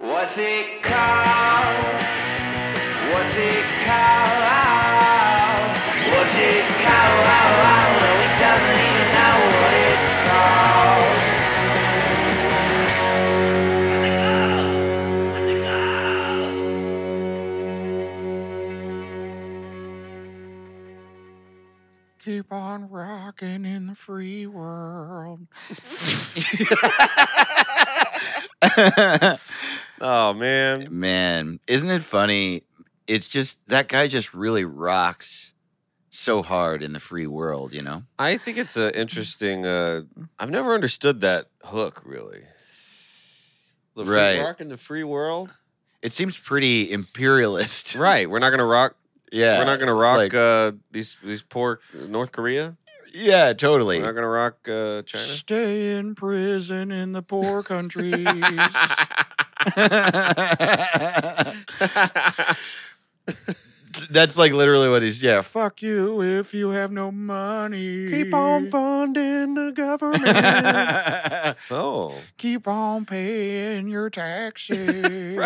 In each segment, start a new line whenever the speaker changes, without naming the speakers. What's it called? What's it called? What's it called? No, he doesn't even know what it's called. What's it called? What's it called?
Keep on rocking in the free world.
Oh man.
Man, isn't it funny? It's just that guy just really rocks so hard in the free world, you know?
I think it's an interesting. Uh, I've never understood that hook really. The free
Right.
rock in the free world.
It seems pretty imperialist.
Right. We're not gonna rock.
Yeah.
we're not gonna
it's
rock
like-
uh, these these poor North Korea.
yeah, totally.
We're not gonna rock uh, China.
Stay in prison in the poor countries.
That's like literally what he's yeah. Fuck.
Fuck you if you have no money.
Keep on funding the government.
right.
oh,
Keep on paying your taxes.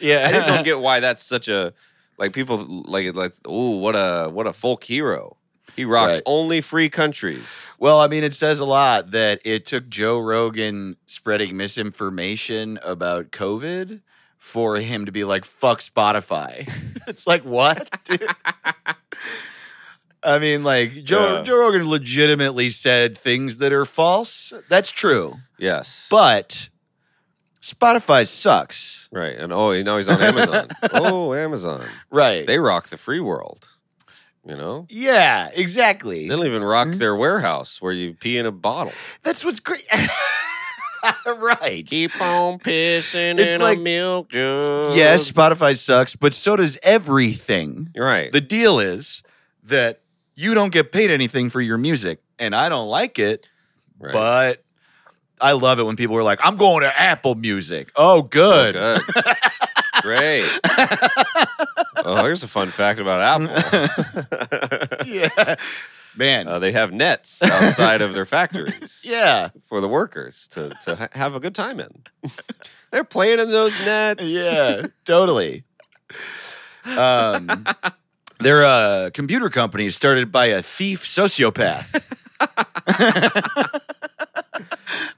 Yeah.
I just don't get why that's such a like people like like oh what a what a folk hero. He rocked
Right.
only free countries.
Well, I mean, it says a lot that it took Joe Rogan spreading misinformation about COVID for him to be like, fuck Spotify. it's like, what? dude? I mean, like, Joe,
Yeah.
Joe Rogan legitimately said things that are false. That's true.
Yes,
But Spotify sucks.
right. And oh, now he's on Amazon. oh, Amazon.
Right.
They rock the free world. You know,
yeah,
they
exactly.
don't even rock
Mhm.
their warehouse where you pee in a bottle.
That's what's great. right.
Keep on pissing
It's
in
like-
a milk jug.
Yes, Spotify sucks, but so does everything.
you're right.
The deal is that you don't get paid anything for your music, and I don't like it,
Right.
but I love it when people are like, I'm going to Apple Music. Oh,
Oh,
good.
good. Great. oh, here's a fun fact about Apple.
yeah. Man.
uh, they have nets outside of their factories.
yeah.
for the workers to to ha- have a good time in. They're playing in those nets.
Yeah. totally. Um, they're a computer company started by a thief sociopath.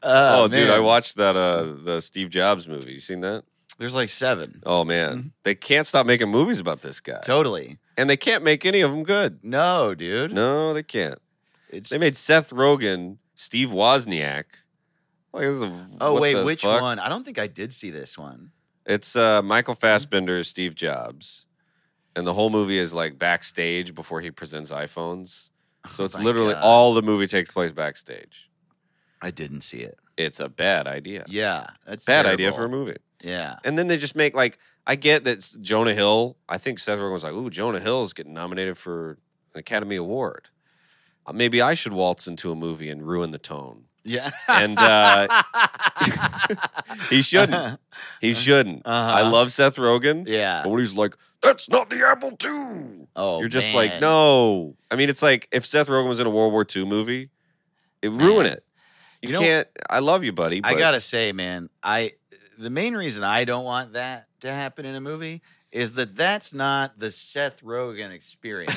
Oh,
Uh,
dude, I
man.
watched that uh the Steve Jobs movie. You seen that?
There's like seven.
Oh man,
Mm-hmm.
they can't stop making movies about this guy,
Totally.
and they can't make any of them good.
No, dude.
No, they can't.
It's
They made Seth Rogen, Steve Wozniak. Like, this is a,
Oh
what
wait,
the
which
fuck?
one? I don't think I did see this one.
It's uh, Michael Fassbender, as Steve Jobs, and the whole movie is like backstage before he presents iPhones. So
Oh
it's
my
literally
God.
all the movie takes place backstage.
I didn't see it.
It's a bad idea.
Yeah, that's
bad
terrible.
idea for a movie.
Yeah,
And then they just make like I get that s- Jonah Hill. I think Seth Rogen was like, "Ooh, Jonah Hill's getting nominated for an Academy Award. Uh, Maybe I should waltz into a movie and ruin the tone."
yeah,
And uh, he shouldn't.
Uh-huh.
He shouldn't. I love Seth Rogen,
Yeah.
but when he's like, "That's not the Apple II,"
Oh,
you're just like,
man.
"No." I mean, it's like if Seth Rogen was in a World War II movie, it would ruin it. You,
You know-
can't. I love you, buddy.
I
but-
gotta say, man, I the main reason I don't want that to happen in a movie is that that's not the Seth Rogen experience.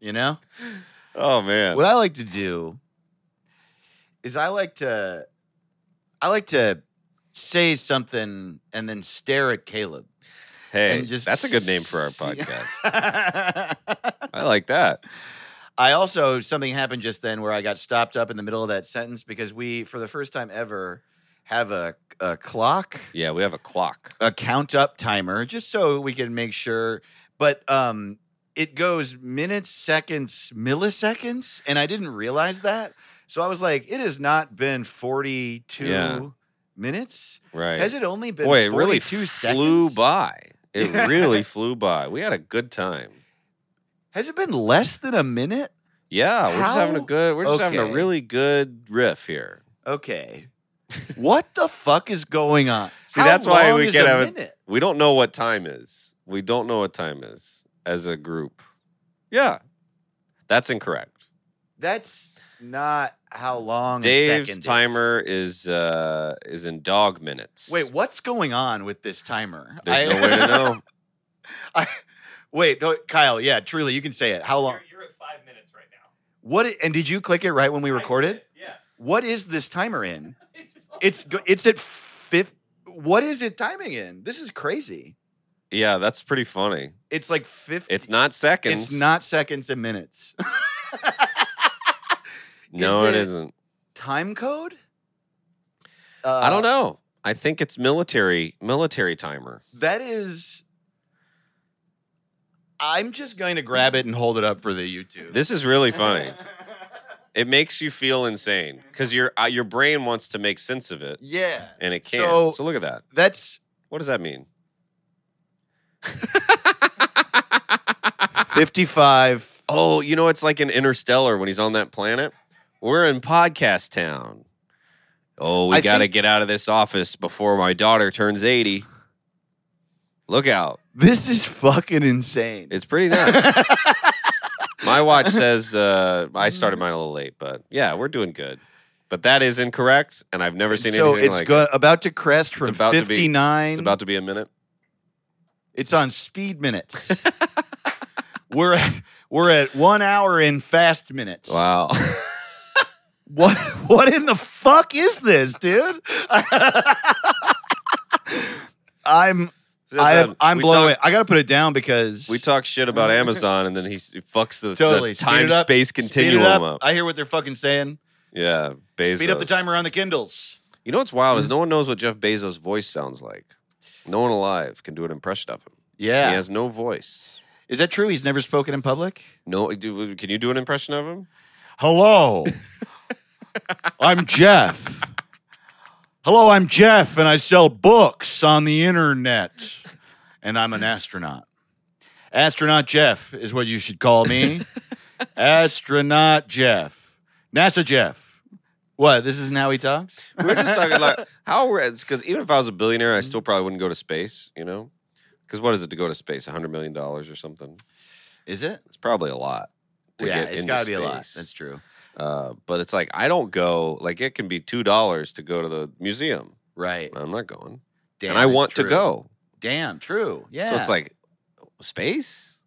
you know.
Oh man.
What I like to do is I like to I like to say something and then stare at Caleb.
hey,
and just
that's a good name for our
see-
podcast.
I
I like that.
also something happened just then where I got stopped up in the middle of that sentence because we for the first time ever have a a clock,
Yeah, we have a clock.
a count up timer just so we can make sure but um it goes minutes, seconds, milliseconds, and I didn't realize that. So I was like, it has not been 42
Yeah.
minutes.
Right.
Has it only been
Boy, it
42
really flew
seconds?
by. It
Yeah.
really flew by. We had a good time.
Has it been less than a minute?
Yeah, we're just having a
How?
good. We're just having
Okay.
a really good riff here.
Okay. what the fuck is going on?
See, that's why we
is
can't
a
have it-
minute?
We don't know what time is. We don't know what time is as a group. Yeah, that's incorrect.
That's not how long a
Dave's
second is.
timer is uh is in dog minutes.
Wait, what's going on with this timer?
there's
I-
no way to know.
Wait, no, Kyle. Yeah, truly, you can say it. How long?
You're, you're at five minutes right now.
What? i- And did you click it right when we
I did
recorded?
it, Yeah.
What is this timer in?
I don't
It's go-
know.
it's at fifth. What is it timing in? This is crazy.
Yeah, that's pretty funny.
It's like fifth.
It's not seconds.
It's not seconds and minutes.
No,
is
it
it-
isn't.
Time code? Uh,
I don't know. I think it's military military timer.
That is. I'm just going to grab it and hold it up for the YouTube.
This is really funny. it makes you feel insane because your uh, your brain wants to make sense of it
yeah,
and it can't.
So-
so look at that.
that's
What does that mean?
55.
Oh, you know, it's like an interstellar when he's on that planet. We're in podcast town. Oh, we
I
got to
think-
get out of this office before my daughter turns 80. Look out.
This is fucking insane.
It's pretty nuts. my watch says uh, I started mine a little late, but yeah, we're doing good. But that is incorrect, and I've never seen
so
anything
it's
like
go- about to crest from
about to be-
59.
It's about to be a minute.
It's on speed minutes. we're at, we're at one hour in fast minutes.
Wow.
What what in the fuck is this, dude? I'm I'm I'm
We
blown.
talk-
away. I gotta put it down because
we talk shit about Amazon, and then he s- fucks the,
Totally. Speed
time
it up.
space
Speed it
continuum
up.
up.
I hear what they're fucking saying.
Yeah, Bezos.
Speed up the timer on the Kindles.
You know what's wild is no one knows what Jeff Bezos' voice sounds like. No one alive can do an impression of him.
Yeah.
He has no voice.
Is that true? He's never spoken in public?
No, do, can you do an impression of him?
Hello. I'm Jeff. Hello, I'm Jeff, and I sell books on the internet. And I'm an astronaut. Astronaut Jeff is what you should call me. astronaut Jeff. NASA Jeff. What? This isn't how he talks?
We're just talking like how we're because even if I was a billionaire, I
Mm-hmm.
still probably wouldn't go to space. You know, because what is it to go to space? hundred million dollars or something?
Is it?
It's probably a lot. To
yeah,
get
it's
into
gotta be a lot.
space.
That's true.
Uh, but it's like I don't go. Like it can be two dollars to go to the museum.
Right.
I'm not going,
Damn,
and I
it's
want
true.
to go.
Damn, true. Yeah.
So it's like space.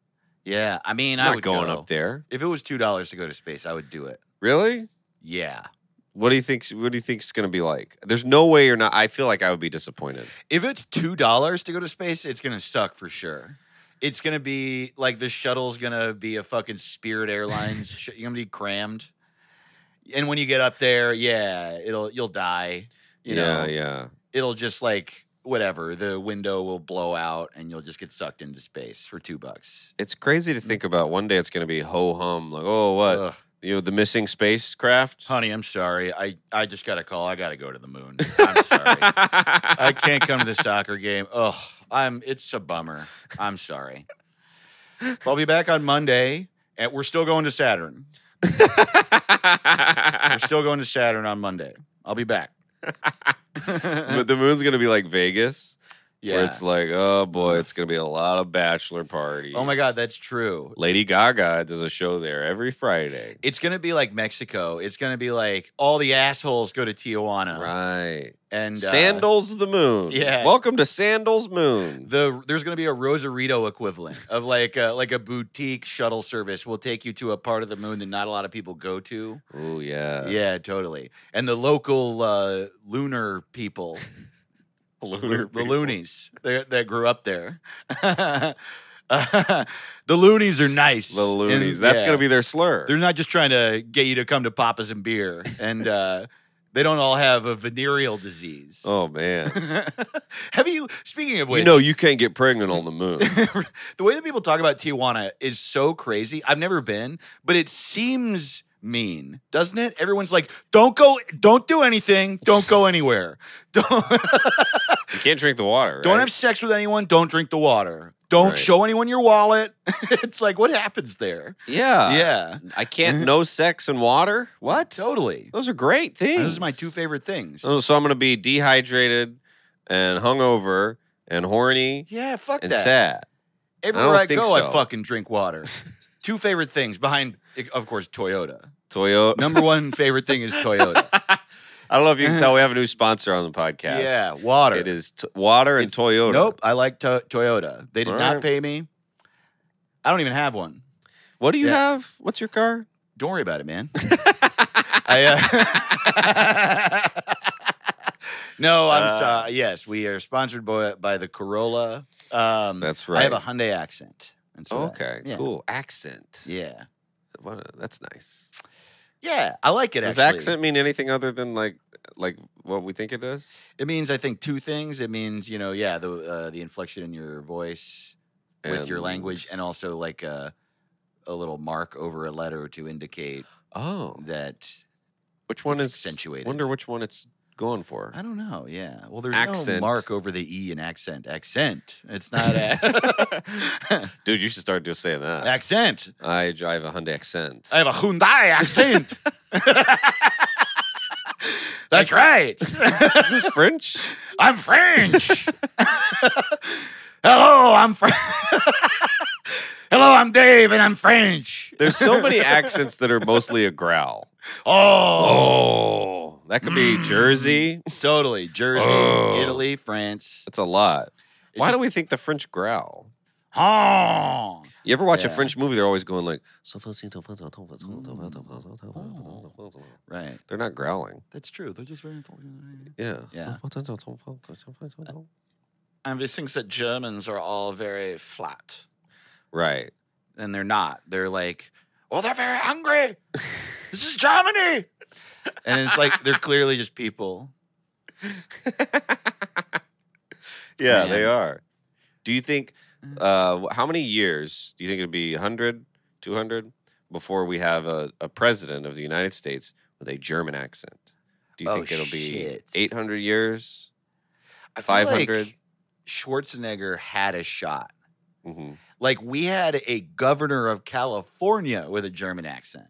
yeah. I mean,
I'm
I
not
would
going
go.
up there.
If it was two dollars to go to space, I would do it.
Really?
Yeah.
What do you think? What do you think it's going to be like? There's no way you're not. I feel like I would be disappointed.
if it's two dollars to go to space, it's gonna suck for sure. It's gonna be like the shuttle's gonna be a fucking Spirit Airlines. sh- you're gonna be crammed, and when you get up there, yeah, it'll you'll die. You
yeah,
know,
yeah.
it'll just like whatever. The window will blow out, and you'll just get sucked into space for two bucks.
It's crazy to think about. One day it's going to be ho hum. Like, oh, what?
Mm. Ugh.
you know, the missing spacecraft.
honey, I'm sorry. I I just got a call. I gotta go to the moon. I'm sorry. I can't come to the soccer game. Ugh, I'm. It's a bummer. I'm sorry. But I'll be back on Monday, and we're still going to Saturn. We're still going to Saturn on Monday. I'll be back. yeah,
but the moon's going to be like Vegas, where it's like, oh boy, it's going to be a lot of bachelor parties.
oh my God, that's true.
Lady Gaga does a show there every Friday.
It's gonna be like Mexico. It's gonna be like all the assholes go to Tijuana
Right.
and uh,
Sandals of the Moon.
yeah.
Welcome to Sandals Moon.
the there's going to be a Rosarito equivalent of like a, like a boutique shuttle service. will take you to a part of the moon that not a lot of people go to.
oh yeah.
yeah, totally. And the local uh, lunar people,
Lunar
the
people.
loonies that, that grew up there. the loonies are nice.
The
And,
loonies. That's
yeah,
gonna be their slur.
They're not just trying to get you to come to Papa's and beer, and uh, they don't all have a venereal disease.
oh man.
have you? Speaking of which,
you know you can't get pregnant on the moon.
the way that people talk about Tijuana is so crazy. I've never been, but it seems mean, doesn't it? Everyone's like, "Don't go, don't do anything, don't go anywhere, don't
you can't drink the water.
don't
right?
have sex with anyone, don't drink the water, don't
Right.
show anyone your wallet." it's like, what happens there?
Yeah.
yeah, Mm-hmm.
I can't no sex and water. Uh, What?
totally.
Those are great things.
Those are my two favorite things.
Oh, so I'm gonna be dehydrated and hungover and horny
Yeah, fuck
and
that.
sad.
Everywhere
don't
I,
think
go, I
so.
fucking drink water. two favorite things behind, of course, Toyota.
Toyota.
Number one favorite thing is Toyota.
I don't know if you can tell we have a new sponsor on the podcast.
Yeah, water.
It is t- water and
It's-
Toyota.
Nope, I like to- Toyota. They did
All
not
right.
pay me. I don't even have one.
What do you
Yeah.
have? What's your car?
Don't worry about it, man. I, uh, no, I'm
Uh.
sorry. Yes, we are sponsored by, by the Corolla. Um,
That's
I have a
right.
Hyundai accent. And so that-
okay,
yeah.
cool. Accent.
Yeah.
What a- that's nice.
Yeah, I like it
Does
actually.
accent mean anything other than like like what we think it does?
It means I think two things. It means you know, yeah, the uh, the inflection in your voice with your language, and also like a a little mark over a letter to indicate
oh,
that.
which one is
it's accentuated.
Wonder which one it's going for.
I don't know. Yeah. Well, there's no
Accent.
mark over the e in accent. Accent. It's not a
Dude, you should start just saying that.
accent.
I drive a Hyundai Accent.
I have a Hyundai accent. That's right.
is this French?
I'm French. Hello, I'm French. Hello, I'm Dave, and I'm French.
There's so many accents that are mostly a growl.
Oh,
Oh, that could be
Mm.
Jersey.
totally. Jersey,
Oh.
Italy, France.
That's a lot.
It
Why
just-
do we think the French growl?
Oh.
You ever watch a
Yeah.
French movie? They're always going like,
Mm. Right.
they're not growling.
That's true. They're just very.
Yeah.
Yeah. Uh, And we think that Germans are all very flat,
Right.
and they're not. They're like, well, they're very hungry. this is Germany. And it's like they're clearly just people.
Yeah,
Man.
they are. Do you think,
Mm.
uh, wh- how many years do you think it'd be 100, 200 before we have a, a president of the United States with a German accent? Do you
Oh,
think it'll be
shit.
800 years?
I feel
500.
Like Schwarzenegger had a shot.
hmm
Like we had a governor of California with a German accent.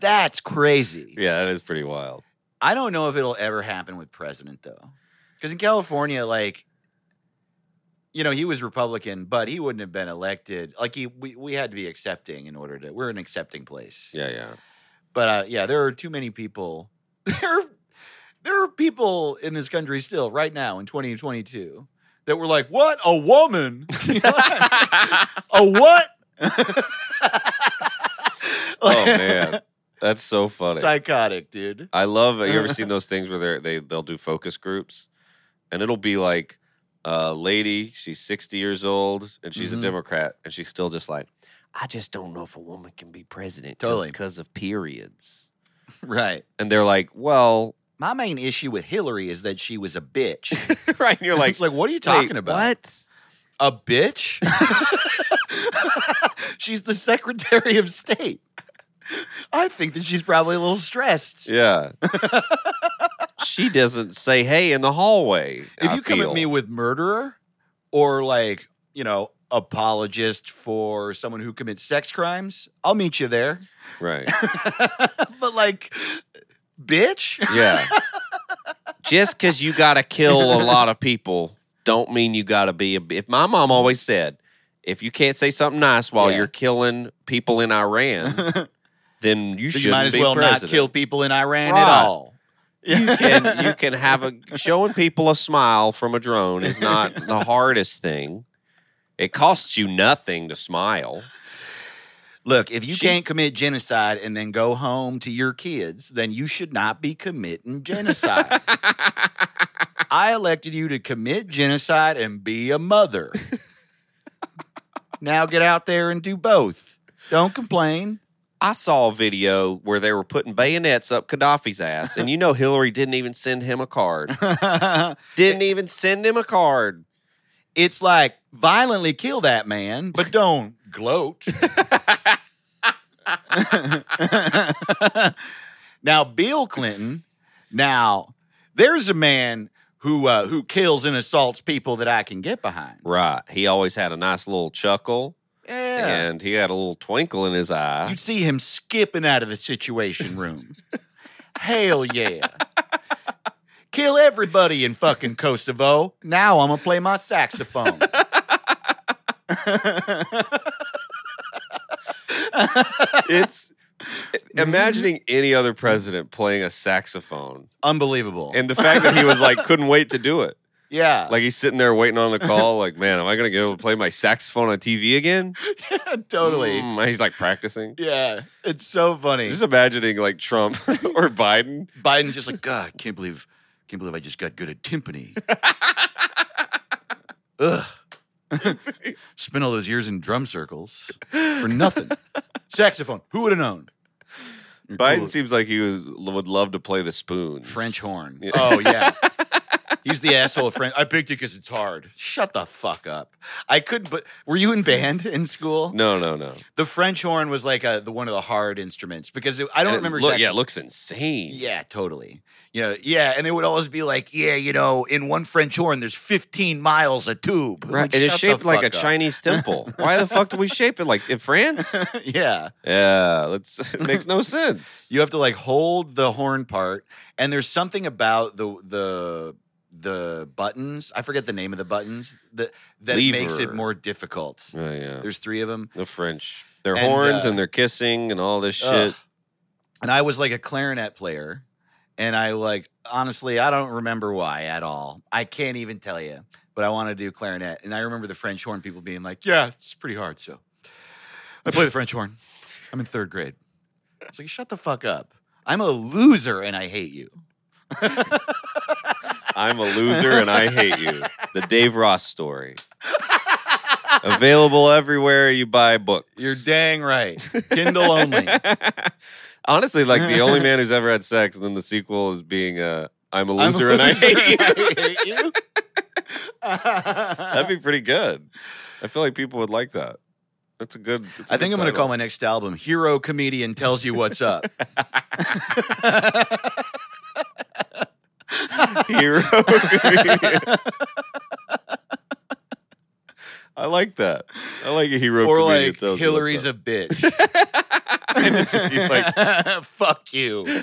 That's crazy.
Yeah, that is pretty wild.
I don't know if it'll ever happen with president though, because in California, like, you know, he was Republican, but he wouldn't have been elected. Like he, we, we had to be accepting in order to. We're an accepting place.
Yeah, yeah.
But uh, yeah, there are too many people. There, there are people in this country still right now in 2022 that were like, "What a woman! a what?
Oh, man. That's so funny.
psychotic, dude.
I love. Have you ever seen those things where they're, they they'll do focus groups, and it'll be like a lady, she's sixty years old, and she's
Mhm.
a Democrat, and she's still just like, I just don't know if a woman can be president
Totally.
because of periods.
Right.
And they're like, well,
My main issue with Hillary is that she was a bitch.
right? And you're like,
it's like, what are you
"Wait,
talking about?
What?
A bitch? she's the Secretary of State. I think that she's probably a little stressed.
Yeah. she doesn't say hey in the hallway.
if
I
you come at
feel.
me with murderer or like you know apologist for someone who commits sex crimes i'll meet you there
right?
but like bitch
Yeah. Just because you got to kill a lot of people, don't mean you got to be a. b- If my mom always said, if you can't say something nice while
Yeah.
you're killing people in Iran, then you
So
should
you might as well not kill people in iran at
Right.
all
You can you can have a showing people a smile from a drone is not the hardest thing. It costs you nothing to smile.
look if you
She-
can't commit genocide and then go home to your kids then you should not be committing genocide i elected you to commit genocide and be a mother now get out there and do both don't complain
I saw a video where they were putting bayonets up Gaddafi's ass, and you know Hillary didn't even send him a card. Didn't even send him a card.
it's like violently kill that man, but don't gloat. now, Bill Clinton. Now, there's a man who uh, who kills and assaults people that I can get behind.
Right. He always had a nice little chuckle
Yeah,
and he had a little twinkle in his eye.
you'd see him skipping out of the Situation Room. Hell yeah. Kill everybody in fucking Kosovo. Now I'm gonna play my saxophone.
It's imagining any other president playing a saxophone
Unbelievable.
and the fact that he was like couldn't wait to do it.
yeah.
Like he's sitting there waiting on the call, like, man, am I gonna get able to play my saxophone on TV again?
totally.
Mm, he's like practicing.
Yeah. It's so funny.
Just imagining like Trump or Biden.
Biden's just like, God, can't believe, can't believe I just got good at timpani. Ugh. Spent all those years in drum circles for nothing. Saxophone. Who would have known? You're
Biden
cool.
seems like he was, would love to play the spoons.
French horn.
Yeah.
Oh yeah. He's the asshole of French. I picked it because it's hard. Shut the fuck up. I couldn't. But were you in band in school?
No, no, no.
The French horn was like a, the one of the hard instruments because it, I
And
don't
it
remember.
Uh, look-
exactly.
Yeah, it looks insane.
Yeah, totally. Yeah, yeah. And they would always be like, yeah, you know, in one French horn, there's 15 miles of tube.
Right.
Like,
It is
shut the
shaped like a
fuck up.
Chinese temple. Why the fuck do we shape it like in France?
yeah.
yeah, that's it makes no sense.
You have to like hold the horn part. And there's something about the, the, the buttons, I forget the name of the buttons that that makes it
Lever.
more difficult.
Oh, yeah.
There's three of them,
The French. Their
And,
horns
uh,
and their kissing and all this
Ugh.
shit.
and I was like a clarinet player, and I like honestly I don't remember why at all. I can't even tell you, but I want to do clarinet, and I remember the French horn people being like, "Yeah, it's pretty hard." So I play the French horn. I'm in third grade. It's like shut the fuck up. I'm a loser, and I hate you.
I'm a loser and I hate you. The Dave Ross story. Available everywhere you buy books.
You're dang right. Kindle only.
Honestly, like the only man who's ever had sex, and then the sequel is being uh, I'm a loser and I hate you.
hate you.
That'd be pretty good. I feel like people would like that. That's a good. that's a
I think I'm
good
going to call
title.
my next album Hero Comedian Tells You What's Up.
hero. comedian. I like that. I like a hero.
or
comedian
like
tells you what's
Hillary's
up.
a bitch.
And it's just you like
fuck you.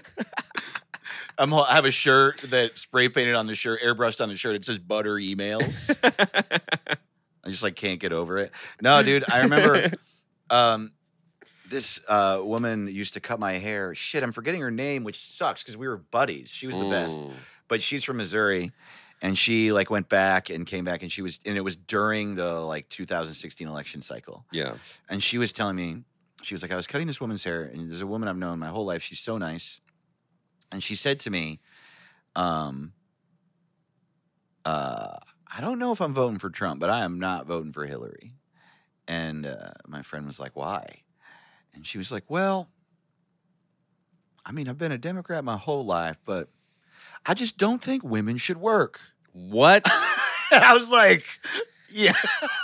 I'm, ho- I have a shirt that spray painted on the shirt, airbrushed on the shirt. It says butter emails. I just like can't get over it. No, dude, I remember um, this uh, woman used to cut my hair. Shit, I'm forgetting her name, which sucks because we were buddies. She was the best.
Mm.
but she's from Missouri and she like went back and came back and she was and it was during the like 2016 election cycle
Yeah.
and she was telling me she was like I was cutting this woman's hair and there's a woman I've known my whole life she's so nice and she said to me um uh I don't know if I'm voting for Trump but I am not voting for Hillary and uh, my friend was like why and she was like well I mean I've been a democrat my whole life but I just don't think women should work
What?
and I was like, yeah.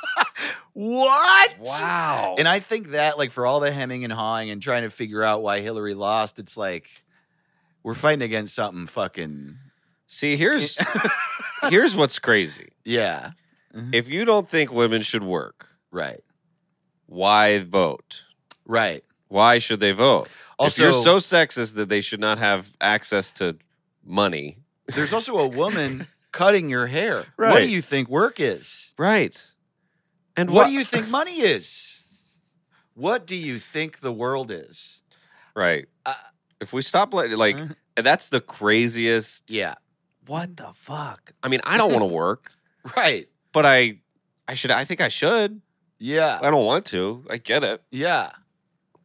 what?
wow.
And I think that, like, for all the hemming and hawing and trying to figure out why Hillary lost, it's like we're fighting against something fucking.
See, here's here's what's crazy.
Yeah.
If you don't think women should work,
Right.
why vote?
Right.
Why should they vote?
Also,
if you're so sexist that they should not have access to money,
there's also a woman cutting your hair. What
Right.
do you think work is?
right? And
What,
what
do you think money is? What do you think the world is?
Right.
Uh,
if we stop like, like
Mhm.
that's the craziest.
Yeah.
What the fuck? I mean, I don't want to work,
Right.
but I, I should. I think I should.
Yeah.
I don't want to. I get it.
Yeah.
Uh,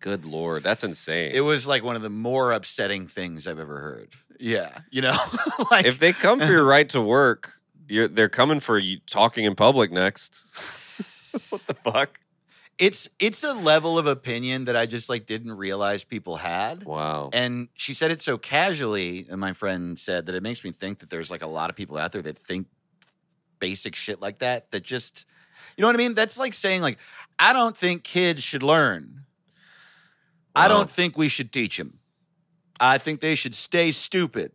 Good lord, that's insane.
It was like one of the more upsetting things I've ever heard. Yeah, you know, like
if they come for your right to work, you're they're coming for you talking in public next. what the fuck?
it's it's a level of opinion that I just like didn't realize people had.
Wow.
And she said it so casually, and my friend said that it makes me think that there's like a lot of people out there that think basic shit like that. That just, you know what I mean? That's like saying like, I don't think kids should learn. I
Wow.
don't think we should teach them. I think they should stay stupid,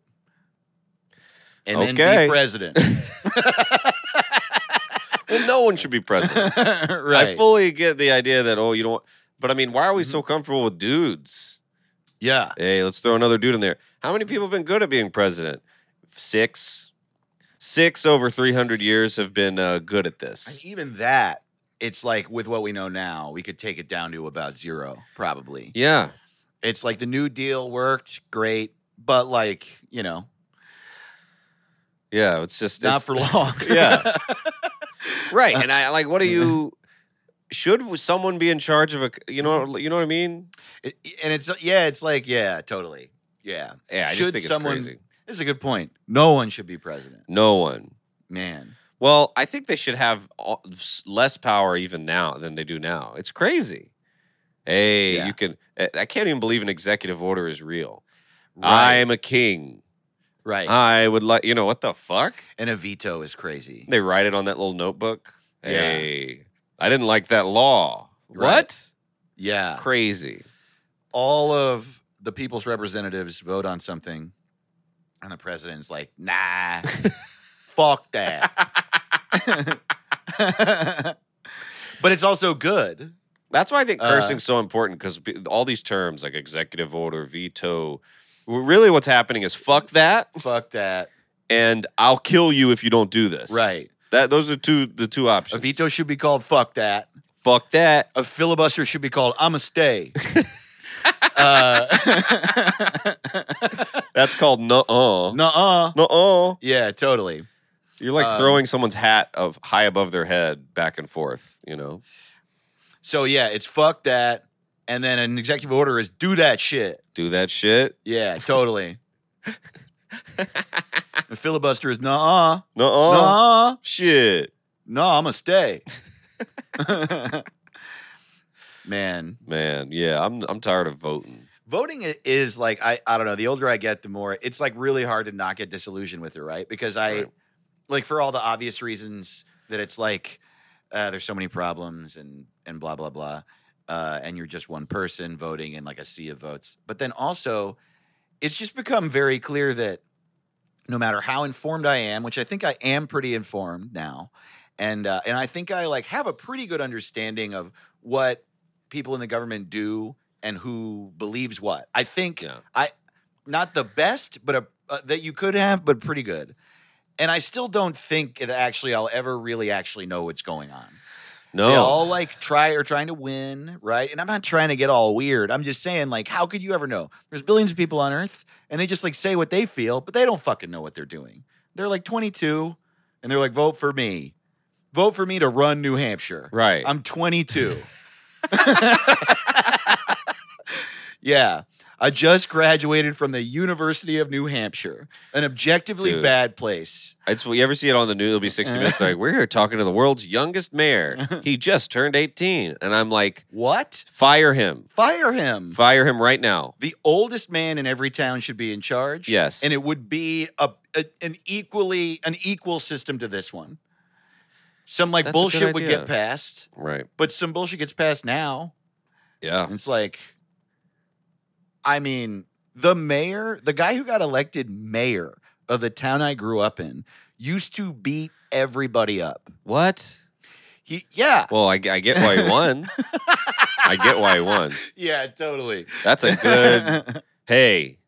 and then
Okay.
be president.
well, no one should be president. I
right.
fully get the idea that oh, you don't. But I mean, why are we so comfortable with dudes?
yeah.
Hey, let's throw another dude in there. How many people have been good at being president? Six. Six over 300 years have been uh, good at
And
this.
even that, it's like with what we know now, we could take it down to about zero, probably.
Yeah.
It's like the New Deal worked great, but like you know,
Yeah, it's just
not
it's-
for long.
Yeah. right.
Uh,
And I like, what do
yeah.
you? Should someone be in charge of a? c- You know, you know what I mean?
It- and it's yeah, it's like yeah, totally. Yeah,
Yeah, I
Should
just think
someone-
it's crazy.
this is a good point. No one should be president,
No one.
man.
Well, I think they should have all- s- less power even now than they do now. It's crazy. Hey,
Yeah.
you can. eh, I- I can't even believe an executive order is real. I'm a king.
right,
I would like. You know what the fuck?
and a veto is crazy.
They write it on that little notebook.
Yeah.
Hey, I didn't like that law.
Right. Uh. Yeah,
What? Crazy.
all of the people's representatives vote on something, and the president's like, nah, fuck that. but it's also good.
That's why I think
Uh,
cursing's so important because all these terms like executive order, veto, w- really what's happening is fuck that
Fuck that.
and I'll kill you if you don't do this.
Right.
That those are two the two
A
options.
veto should be called fuck that.
fuck that.
A filibuster should be called I'm a stay. uh,
That's called no uh
nuh-uh.
no uh.
Yeah, totally.
You're like
Um,
throwing someone's hat of high above their head back and forth. You know.
So yeah, it's fuck that. And then an executive order is do that shit.
Do that shit.
Yeah, totally. a filibuster is nuh-uh.
No uh.
Nuh-uh.
Shit.
No, I'm gonna stay. Man,
Man, yeah, I'm I'm tired of voting.
voting i- is like I I don't know. The older I get, the more it's like really hard to not get disillusioned with it, right? Because I
Right.
like for all the obvious reasons that it's like uh, there's so many problems and and blah blah blah, uh, and you're just one person voting in like a sea of votes. But then also, it's just become very clear that no matter how informed I am, which I think I am pretty informed now, and uh, and I think I like have a pretty good understanding of what people in the government do and who believes what. I think
Yeah.
not the best, but a, uh, that you could have, but pretty good. And I still don't think that actually I'll ever really actually know what's going on.
No.
They all like try or trying to win, right? And I'm not trying to get all weird. I'm just saying, like, how could you ever know? There's billions of people on Earth, and they just like say what they feel, but they don't fucking know what they're doing. They're like 22, and they're like, vote for me, vote for me to run New Hampshire.
right.
I'm 22. yeah. I just graduated from the University of New Hampshire, an objectively
Dude.
bad place.
It's you ever see it on the news? It'll be sixty minutes. Like we're here talking to the world's youngest mayor. He just turned eighteen, and I'm like,
What?
fire him,
Fire him.
fire him right now.
the oldest man in every town should be in charge.
Yes.
And it would be a, a- an equally an equal system to this one. Some like
That's a good
bullshit would
idea.
get passed,
Right?
but some bullshit gets passed now.
Yeah.
And It's like, I mean, the mayor, the guy who got elected mayor of the town I grew up in, used to beat everybody up.
What?
He, yeah,
Well, I, I get why he won. I get why he won.
yeah, totally.
That's a good. Hey,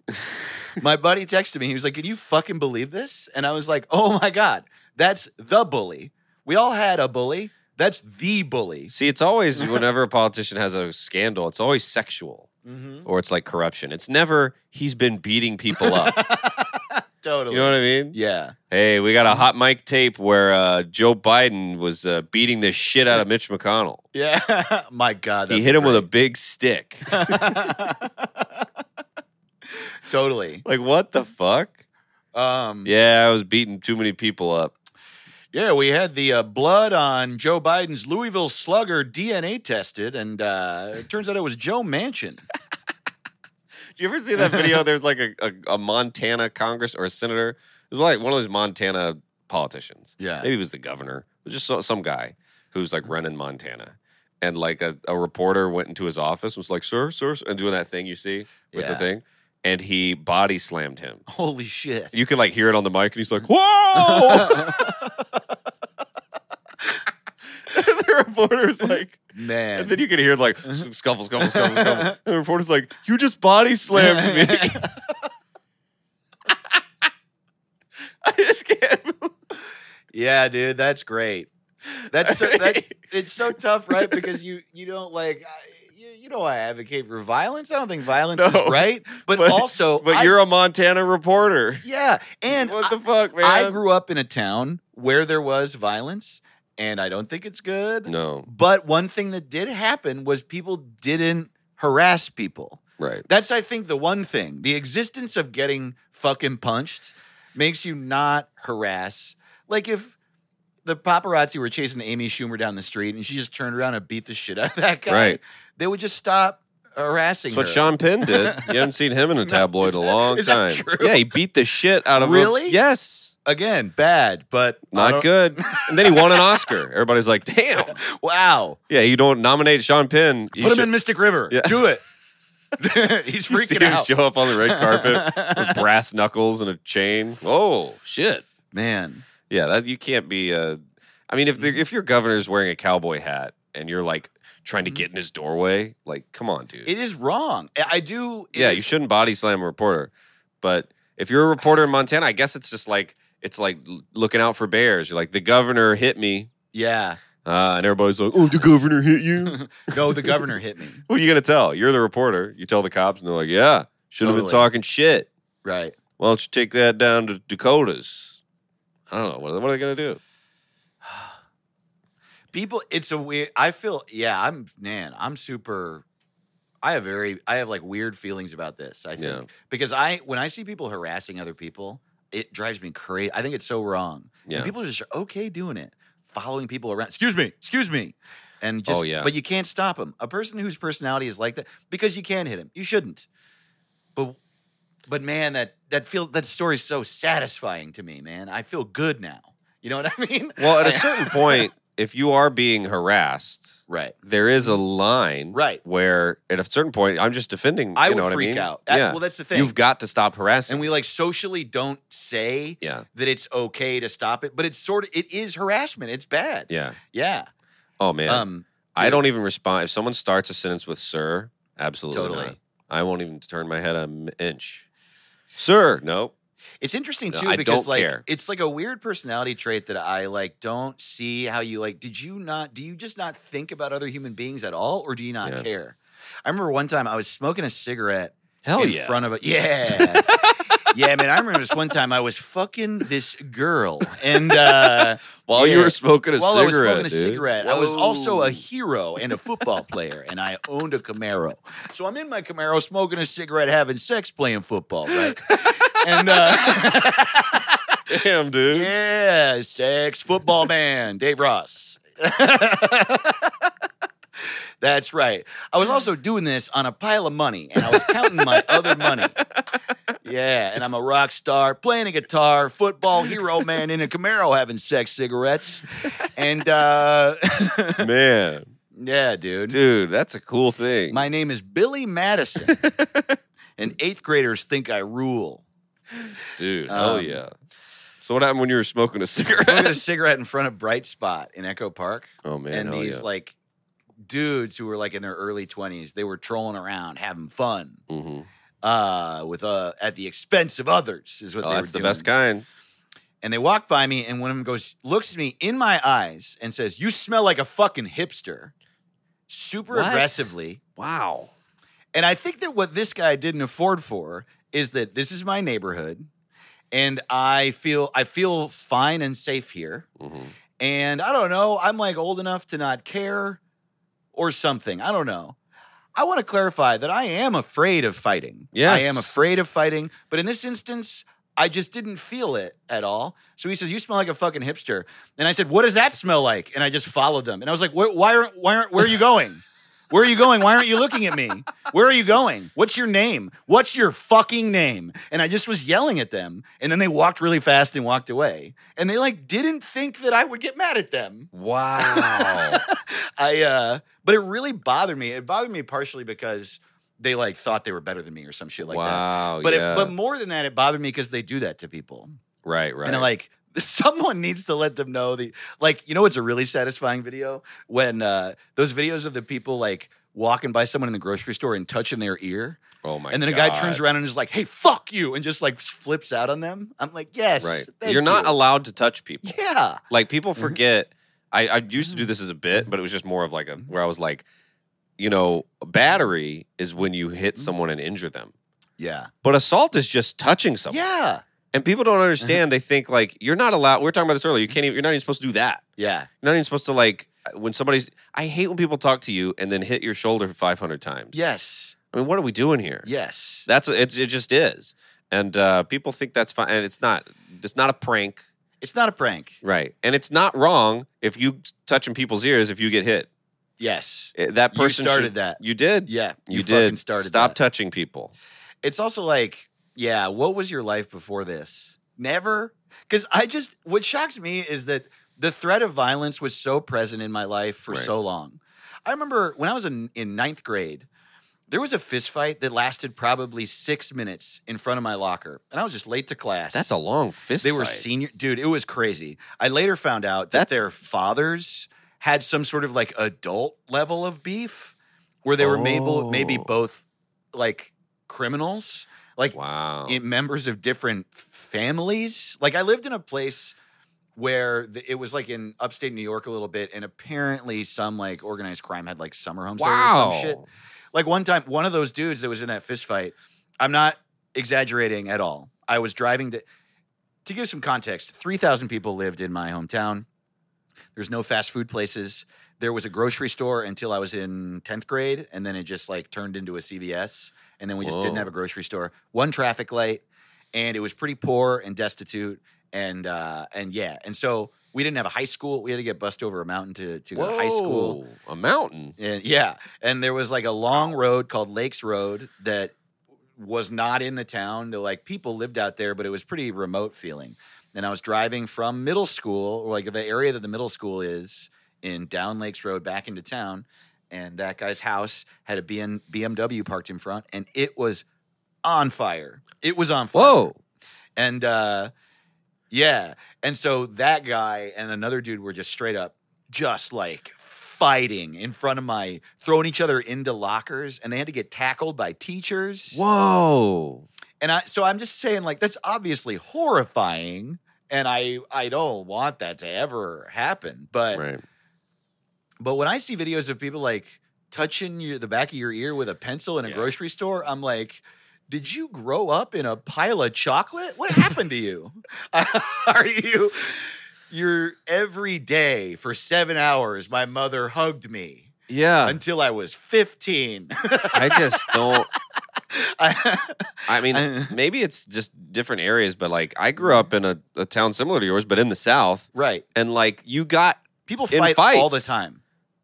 my buddy texted me. He was like, "Can you fucking believe this?" And I was like, "Oh my god, that's the bully. We all had a bully. That's the bully."
see, it's always whenever a politician has a scandal, it's always sexual
Mm-hmm.
or it's like corruption. It's never he's been beating people up.
Totally.
You know what I mean?
yeah.
Hey, we got a hot mic tape where uh, Joe Biden was uh, beating the shit out of Mitch McConnell.
Yeah. my god.
he hit him with a big stick.
a. totally.
like what the fuck?
Um, yeah.
Yeah, I was beating too many people up.
we had the uh, blood on Joe Biden's Louisville Slugger DNA tested, and uh, it turns out it was Joe Manchin.
Did you ever see that video? There's like a, a, a Montana Congress or a senator. It was like one of those Montana politicians.
Yeah.
Maybe it was the governor. It was just so, some guy who's like running Montana. And like a, a reporter went into his office and was like, sir, sir, sir," and doing that thing you see with the
Yeah.
thing. And he body slammed him.
Holy shit.
You could like hear it on the mic and he's like,
Mm-hmm.
whoa! the reporter's
Mm-hmm.
like,
Man.
And then you can hear like
Mm-hmm.
s- scuffle, scuffle, scuffle, scuffle. And the reporter's like, "You just body slammed me." I just can't. believe-
Yeah, dude, that's great. That's so, that, it's so tough, right? Because you you don't like I- you, you know I advocate for violence. I don't think violence
No.
is right, but,
But-
also,
But
I-
you're a Montana reporter.
yeah. And
what
I-
the fuck, man?
I grew up in a town where there was violence, and I don't think it's good.
no,
But one thing that did happen was people didn't harass people.
right.
That's, I think, the one thing. The existence of getting fucking punched makes you not harass. Like if the paparazzi were chasing Amy Schumer down the street and she just turned around and beat the shit out of that guy,
Right.
they would just stop harassing
That's what
her.
Sean Penn did. You haven't seen him in a
No,
tabloid
is
in a
that-
long
is
time.
that true?
Yeah, he beat the shit out of a-
Really?
yes.
Again, bad, but I
Not
don't-
good. And then he won an Oscar. Everybody's like, damn.
Wow.
Yeah, you don't nominate Sean Penn. You
Put
should-
him in Mystic River.
Yeah.
Do it. He's
you see
freaking
him
out.
show up on the red carpet with brass knuckles and a chain. Oh, shit.
Man.
Yeah, that you can't be. Uh, I mean, if the, if your governor's wearing a cowboy hat and you're like trying to get in his doorway, like, come on, dude.
It is wrong. I- I do. it
yeah, you
is-
shouldn't body slam a reporter. But if you're a reporter in Montana, I guess it's just like it's like l- looking out for bears. You're like the governor hit me,
Yeah.
uh, and everybody's like, "Oh, the governor hit you."
No, the governor hit me.
Who are you gonna tell? You're the reporter. You tell the cops, and they're like, "Yeah, should have
Totally.
been talking shit.
Right.
Why don't you take that down to Dakotas?" I don't know. What are, what are they gonna do?
People, it's a weird. I feel, yeah, I'm, man, I'm super. I have very, I have like weird feelings about this. I think
Yeah.
because I, when I see people harassing other people, it drives me crazy. I think it's so wrong. And
Yeah,
people are just okay doing it, following people around. Excuse me, excuse me, and just.
Oh, yeah.
But you can't stop them. A person whose personality is like that, because you can hit him, you shouldn't. But, but man, that that feel that story's so satisfying to me, man. I feel good now. You know what I mean?
Well, at
I-
a certain point, if you are being harassed,
right,
there is a line
right.
where at a certain point, I'm just defending.
I
you know
would
what
freak
I mean?
out. I-
Yeah.
well, that's the thing.
You've got to stop harassing.
and we like socially don't say
yeah,
that it's okay to stop it, but it's sort of it is harassment. It's bad.
yeah.
Yeah.
Oh man,
Um.
I don't even respond if someone starts a sentence with "sir." Absolutely,
Totally.
not. I won't even turn my head an inch. Sir, no.
It's interesting
No,
too
Uh, I
because
don't
like
care.
it's like a weird personality trait that I like don't see how you like did you not do you just not think about other human beings at all or do you not
Yeah.
care? I remember one time I was smoking a cigarette
Hell
in
yeah.
front of a yeah. yeah, man, I remember this one time I was fucking this girl and uh
While you
yeah.
were smoking a
while I was
cigarette,
smoking a
dude.
cigarette, I was also
Whoa.
a hero and a football player, and I owned a Camaro. So I'm in my Camaro, smoking a cigarette, having sex, playing football, right? and uh,
Damn, dude.
yeah, sex football man, Dave Ross. That's right. I was also doing this on a pile of money, and I was counting my other money. Yeah, and I'm a rock star, playing a guitar, football hero man in a Camaro, having sex, cigarettes, and uh,
Man,
yeah, dude.
dude, that's a cool thing.
My name is Billy Madison, and eighth graders think I rule.
dude, hell
Um,
yeah. So what happened when you were smoking a
Smoking a
cigarette?
cigarette in front of Bright Spot in Echo Park.
Oh man,
and
hell
these
yeah.
like dudes who were like in their early 20s they were trolling around having fun
hmm
uh with uh at the expense of others is what
Oh,
they
that's
were
the
doing.
best kind.
and they walked by me and one of them goes looks at me in my eyes and says you smell like a fucking hipster super
What?
aggressively
Wow.
and I think that what this guy didn't afford for is that this is my neighborhood and I feel I feel fine and safe here
hmm
and I don't know, I'm like old enough to not care or something. I don't know. I want to clarify that I am afraid of fighting. I am
Yes.
afraid of fighting, but in this instance, I just didn't feel it at all. So he says, "You smell like a fucking hipster," and I said, "What does that smell like?" And I just followed them, and I was like, "Wh- "Why aren't? Why aren't? Where are you going?" Where are you going? Why aren't you looking at me? Where are you going? What's your name? What's your fucking name? And I just was yelling at them. And then they walked really fast and walked away. And they like didn't think that I would get mad at them.
Wow.
I uh but it really bothered me. It bothered me partially because they like thought they were better than me or some shit like that.
wow.
But
yeah.
it, but more than that, it bothered me because they do that to people.
right, right.
And I'm like, someone needs to let them know the like, you know what's a really satisfying video? When uh those videos of the people like walking by someone in the grocery store and touching their ear.
oh my.
and then a guy turns
God.
around and is like, hey, fuck you, and just like flips out on them. I'm like, yes.
Right.
thank
You're not
you."
allowed to touch people.
Yeah. Mm-hmm. Mm-hmm.
Like people forget. I, I used to do this as a bit, but it was just more of like a where I was like, you know, battery is when you hit
Mm-hmm.
someone and injure them.
Yeah.
But assault is just touching someone.
Yeah.
And people
Uh-huh.
don't understand. They think like you're not allowed. We were talking about this earlier. You can't even. You're not even supposed to do that.
Yeah.
You're not even supposed to like uh, when somebody's. I hate when people talk to you and then hit your shoulder 500 times.
Yes.
I mean, what are we doing here?
Yes.
That's it's it just is. And uh, people think that's fine. And it's not. It's not a prank,
It's not a prank.
right? And it's not wrong if you touching people's ears if you get hit.
Yes.
Eh, That
You
person
started
should-
that.
You did.
Yeah.
You,
fucking
did.
started
Stop
that.
touching people.
it's also like, yeah, what was your life before this? Never. Because I just, what shocks me is that the threat of violence was so present in my life for
Right.
so long. I remember when I was in, in ninth grade, there was a fist fight that lasted probably six minutes in front of my locker, and I was just late to class.
That's a long fist.
They were
fight.
senior, dude. It was crazy. I later found out that
That's-
their fathers had some sort of like adult level of beef, where they were maybe maybe
Oh.
both like criminals, like
Wow.
in members of different families. Like I lived in a place where the, it was like in upstate New York a little bit, and apparently some like organized crime had like summer homes there or some shit. Like one time, one of those dudes that was in that fist fight, I'm not exaggerating at all. I was driving to to give some context, 3,000 people lived in my hometown. There's no fast food places. There was a grocery store until I was in 10th grade, and then it just like turned into a CVS, and then we just didn't
Whoa.
have a grocery store. One traffic light, and it was pretty poor and destitute, and uh, and yeah, and so we didn't have a high school. We had to get bussed over a mountain to to go to high school.
Whoa, A mountain.
And yeah, and there was like a long road called Lakes Road that was not in the town. There were, like people lived out there, but it was pretty remote feeling. And I was driving from middle school, or like the area that the middle school is in down Lakes Road back into town, and that guy's house had a BM, BMW parked in front, and it was on fire. It was on fire.
Whoa.
And uh yeah. And so that guy and another dude were just straight up just like fighting in front of my throwing each other into lockers and they had to get tackled by teachers.
Whoa.
And I so I'm just saying like that's obviously horrifying and I I don't want that to ever happen. But
Right.
but when I see videos of people like touching your, the back of your ear with a pencil in a
Yeah.
grocery store, I'm like, did you grow up in a pile of chocolate? What happened to you? Are you? You're every day for seven hours. My mother hugged me
Yeah.
until I was 15.
I just don't.
I-
I mean,
I- Mm-hmm.
maybe it's just different areas, but like I grew up in a, a town similar to yours, but in the South,
right.
and like you got,
People
In
fight all the
fights.
time.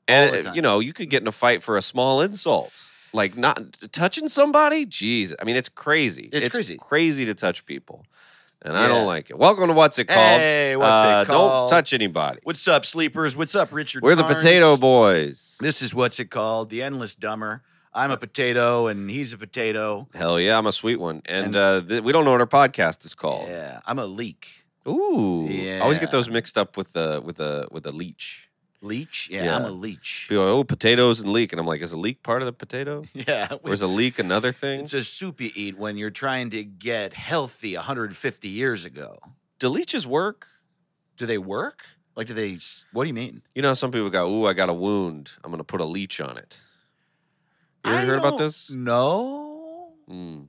All the
and
time.
you know, you could get in a fight for a small insult. Like not touching somebody, jeez. I mean, it's crazy.
It's crazy.
crazy to touch people, and I
Yeah.
don't like it. Welcome to what's it called?
Hey, what's
Uh,
it called?
Don't touch anybody.
What's up, sleepers? What's up, Richard?
We're the
Carnes?
potato boys.
This is what's it called? The endless dumber. I'm a potato and he's a potato.
Hell yeah, I'm a sweet one, and,
And-
uh, th- we don't know what our podcast is called.
Yeah, I'm a leek.
Ooh, I always
Yeah.
get those mixed up with the with the with the leech.
Leech? Yeah, I'm a leech.
People are, oh, potatoes and leek, and I'm like, is a leek part of the potato,
Yeah.
or is a leek another thing?
It's a soup you eat when you're trying to get healthy 150 years ago.
do leeches work?
Do they work? Like, do they? s- What do you mean?
You know, how some people go, ooh, I got a wound, I'm gonna put a leech on it. You ever
I
heard about
don't
this?
No.
Mm.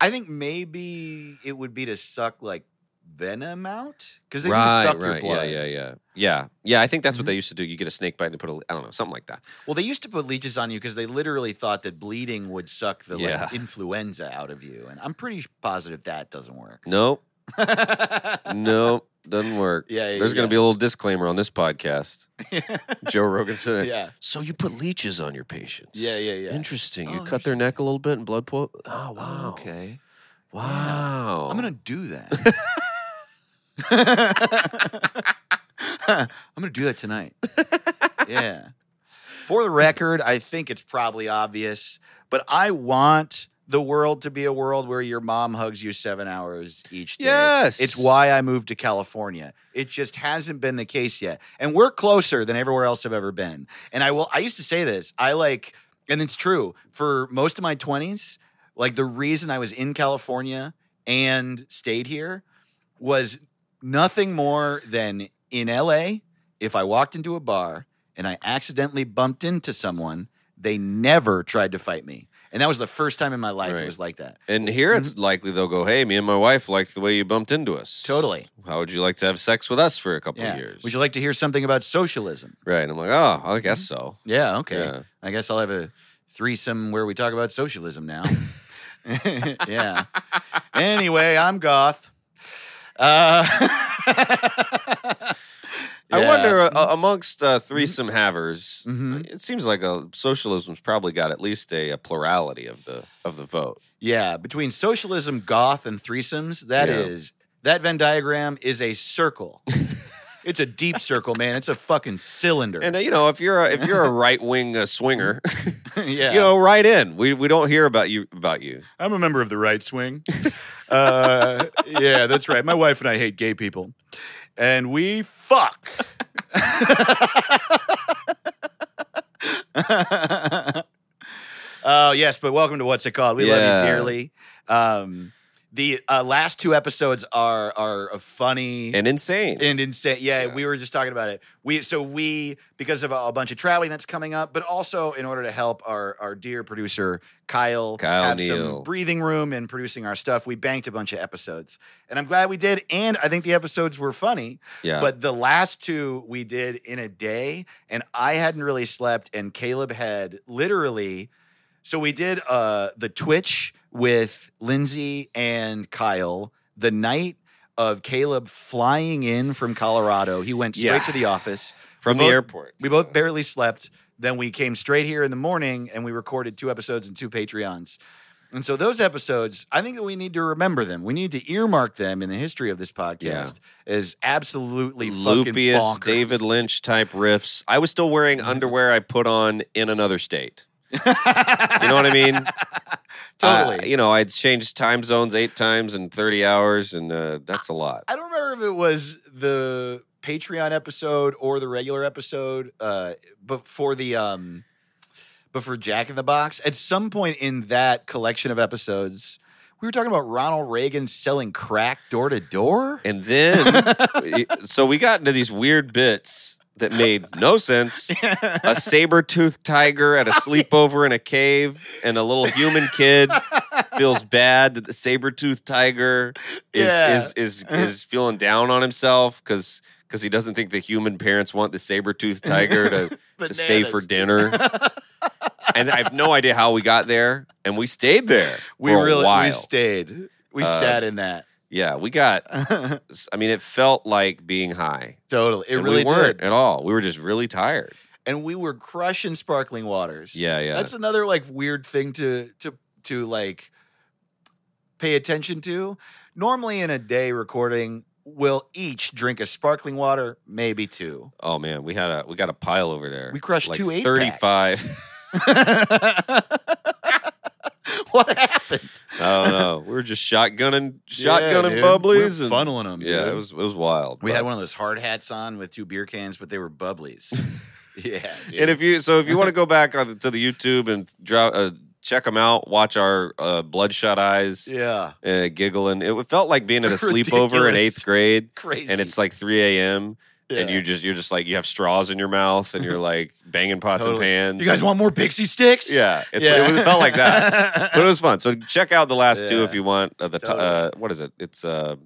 I think maybe it would be to suck like venom out because they
right,
do suck your
right, yeah,
blood.
yeah, yeah, yeah, yeah. I think that's
Mhm.
what they used to do. You get a snake bite and put a, le- I don't know, something like that.
Well, they used to put leeches on you because they literally thought that bleeding would suck the like,
Yeah.
influenza out of you, and I'm pretty positive that doesn't work.
No,
yeah,
no, doesn't work.
yeah,
There's gonna be a little disclaimer on this podcast.
yeah.
Joe Rogan said,
yeah.
So you put leeches on your patients?
Yeah, yeah, yeah.
Interesting.
Oh,
you cut their neck a little bit and blood pour. Oh wow.
Okay.
Wow.
I'm gonna do that. I'm gonna do that tonight. yeah. For the record, I think it's probably obvious, but I want the world to be a world where your mom hugs you seven hours each day.
Yes.
It's why I moved to California. It just hasn't been the case yet. And we're closer than everywhere else I've ever been. And I will I used to say this. I like and it's true. For most of my 20s, like the reason I was in California and stayed here was nothing more than in LA if I walked into a bar and I accidentally bumped into someone, They never tried to fight me. And that was the first time in my life
Right.
it was like that.
And here it's
Mm-hmm.
likely they'll go, "Hey, me and my wife liked the way you bumped into us.
Totally.
How would you like to have sex with us for a couple
Yeah.
of years?
Would you like to hear something about socialism?
right? And I'm like, oh, I guess so.
Yeah, okay.
Yeah.
I guess I'll have a threesome where we talk about socialism now. yeah. Anyway, I'm goth. Uh,
I
yeah.
wonder uh, amongst uh,
Mm-hmm.
threesome havers,
Mhm.
it seems like uh socialism's probably got at least a, a plurality of the of the vote.
Yeah, between socialism, goth, and threesomes, that
Yeah.
is that Venn diagram is a circle. it's a deep circle, man. It's a fucking cylinder.
And uh, you know, if you're a, if you're a right wing uh, swinger,
Mm-hmm. yeah,
you know, right in. We we don't hear about you about you.
I'm a member of the right swing. uh, yeah, that's right. My wife and I hate gay people, and we fuck. Oh yes, but welcome to what's it called? We love
Yeah.
you dearly. Um, the uh, last two episodes are are funny
And insane.
and insane. Yeah,
Yeah.
we were just talking about it. We so we because of a, a bunch of traveling that's coming up, but also in order to help our our dear producer Kyle,
Kyle
have
Neal.
some breathing room in producing our stuff, we banked a bunch of episodes, and I'm glad we did. And I think the episodes were funny,
yeah.
but the last two we did in a day, and I hadn't really slept, and Caleb had literally. So we did uh, the Twitch with Lindsay and Kyle the night of Caleb flying in from Colorado. He went straight
Yeah.
to the office.
from the
we both-
airport.
We both barely slept. Then we came straight here in the morning and we recorded two episodes and two Patreons. And so those episodes, I think that we need to remember them. We need to earmark them in the history of this podcast as absolutely fucking
Loopiest
bonkers.
David Lynch type riffs. I was still wearing underwear I put on in another state. You know what I mean?
Totally.
Uh, you know, I'd changed time zones eight times in 30 hours, and uh, that's a lot.
I don't remember if it was the Patreon episode or the regular episode, uh, but for the um, but for Jack in the Box, at some point in that collection of episodes, we were talking about Ronald Reagan selling crack door to door.
And then, so we got into these weird bits that made no sense. A saber toothed tiger at a sleepover in a cave, and a little human kid feels bad that the saber toothed tiger is,
Yeah.
is, is, is feeling down on himself because he doesn't think the human parents want the saber toothed tiger to to stay for
Bananas.
dinner. and I have no idea how we got there, and we stayed there
We
for
really
a while.
we stayed. We
Uh,
sat in that.
yeah, we got. I mean, it felt like being high.
totally. It
and
really
we weren't
did.
at all. We were just really tired.
And we were crushing sparkling waters.
Yeah, yeah.
That's another like weird thing to to to like pay attention to. Normally in a day recording, we'll each drink a sparkling water, maybe two.
oh man, we had a we got a pile over there.
We crushed
like
two eight
thirty-five.
what happened?
I don't know. We were just shotgunning,
Shotgun
shotgunning bubblies, and
funneling them.
yeah, it was it was wild.
We
but-
had one of those hard hats on with two beer cans, but they were bubblies. yeah. dude.
And if you so if you want to go back on the, to the YouTube and drop, uh, check them out, watch our uh, bloodshot eyes.
yeah,
uh, giggling. It felt like being at a sleepover in
Ridiculous.
eighth grade,
crazy.
and it's like 3 a.m. and
Yeah.
you just you're just like you have straws in your mouth, and you're like banging pots
Totally.
and pans.
you guys want more pixie sticks?
Yeah, it's,
Yeah.
It, was- it felt like that, but it was fun. So check out the last two
Yeah.
if you want. Uh, the to-
Totally.
uh, what is it? It's uh,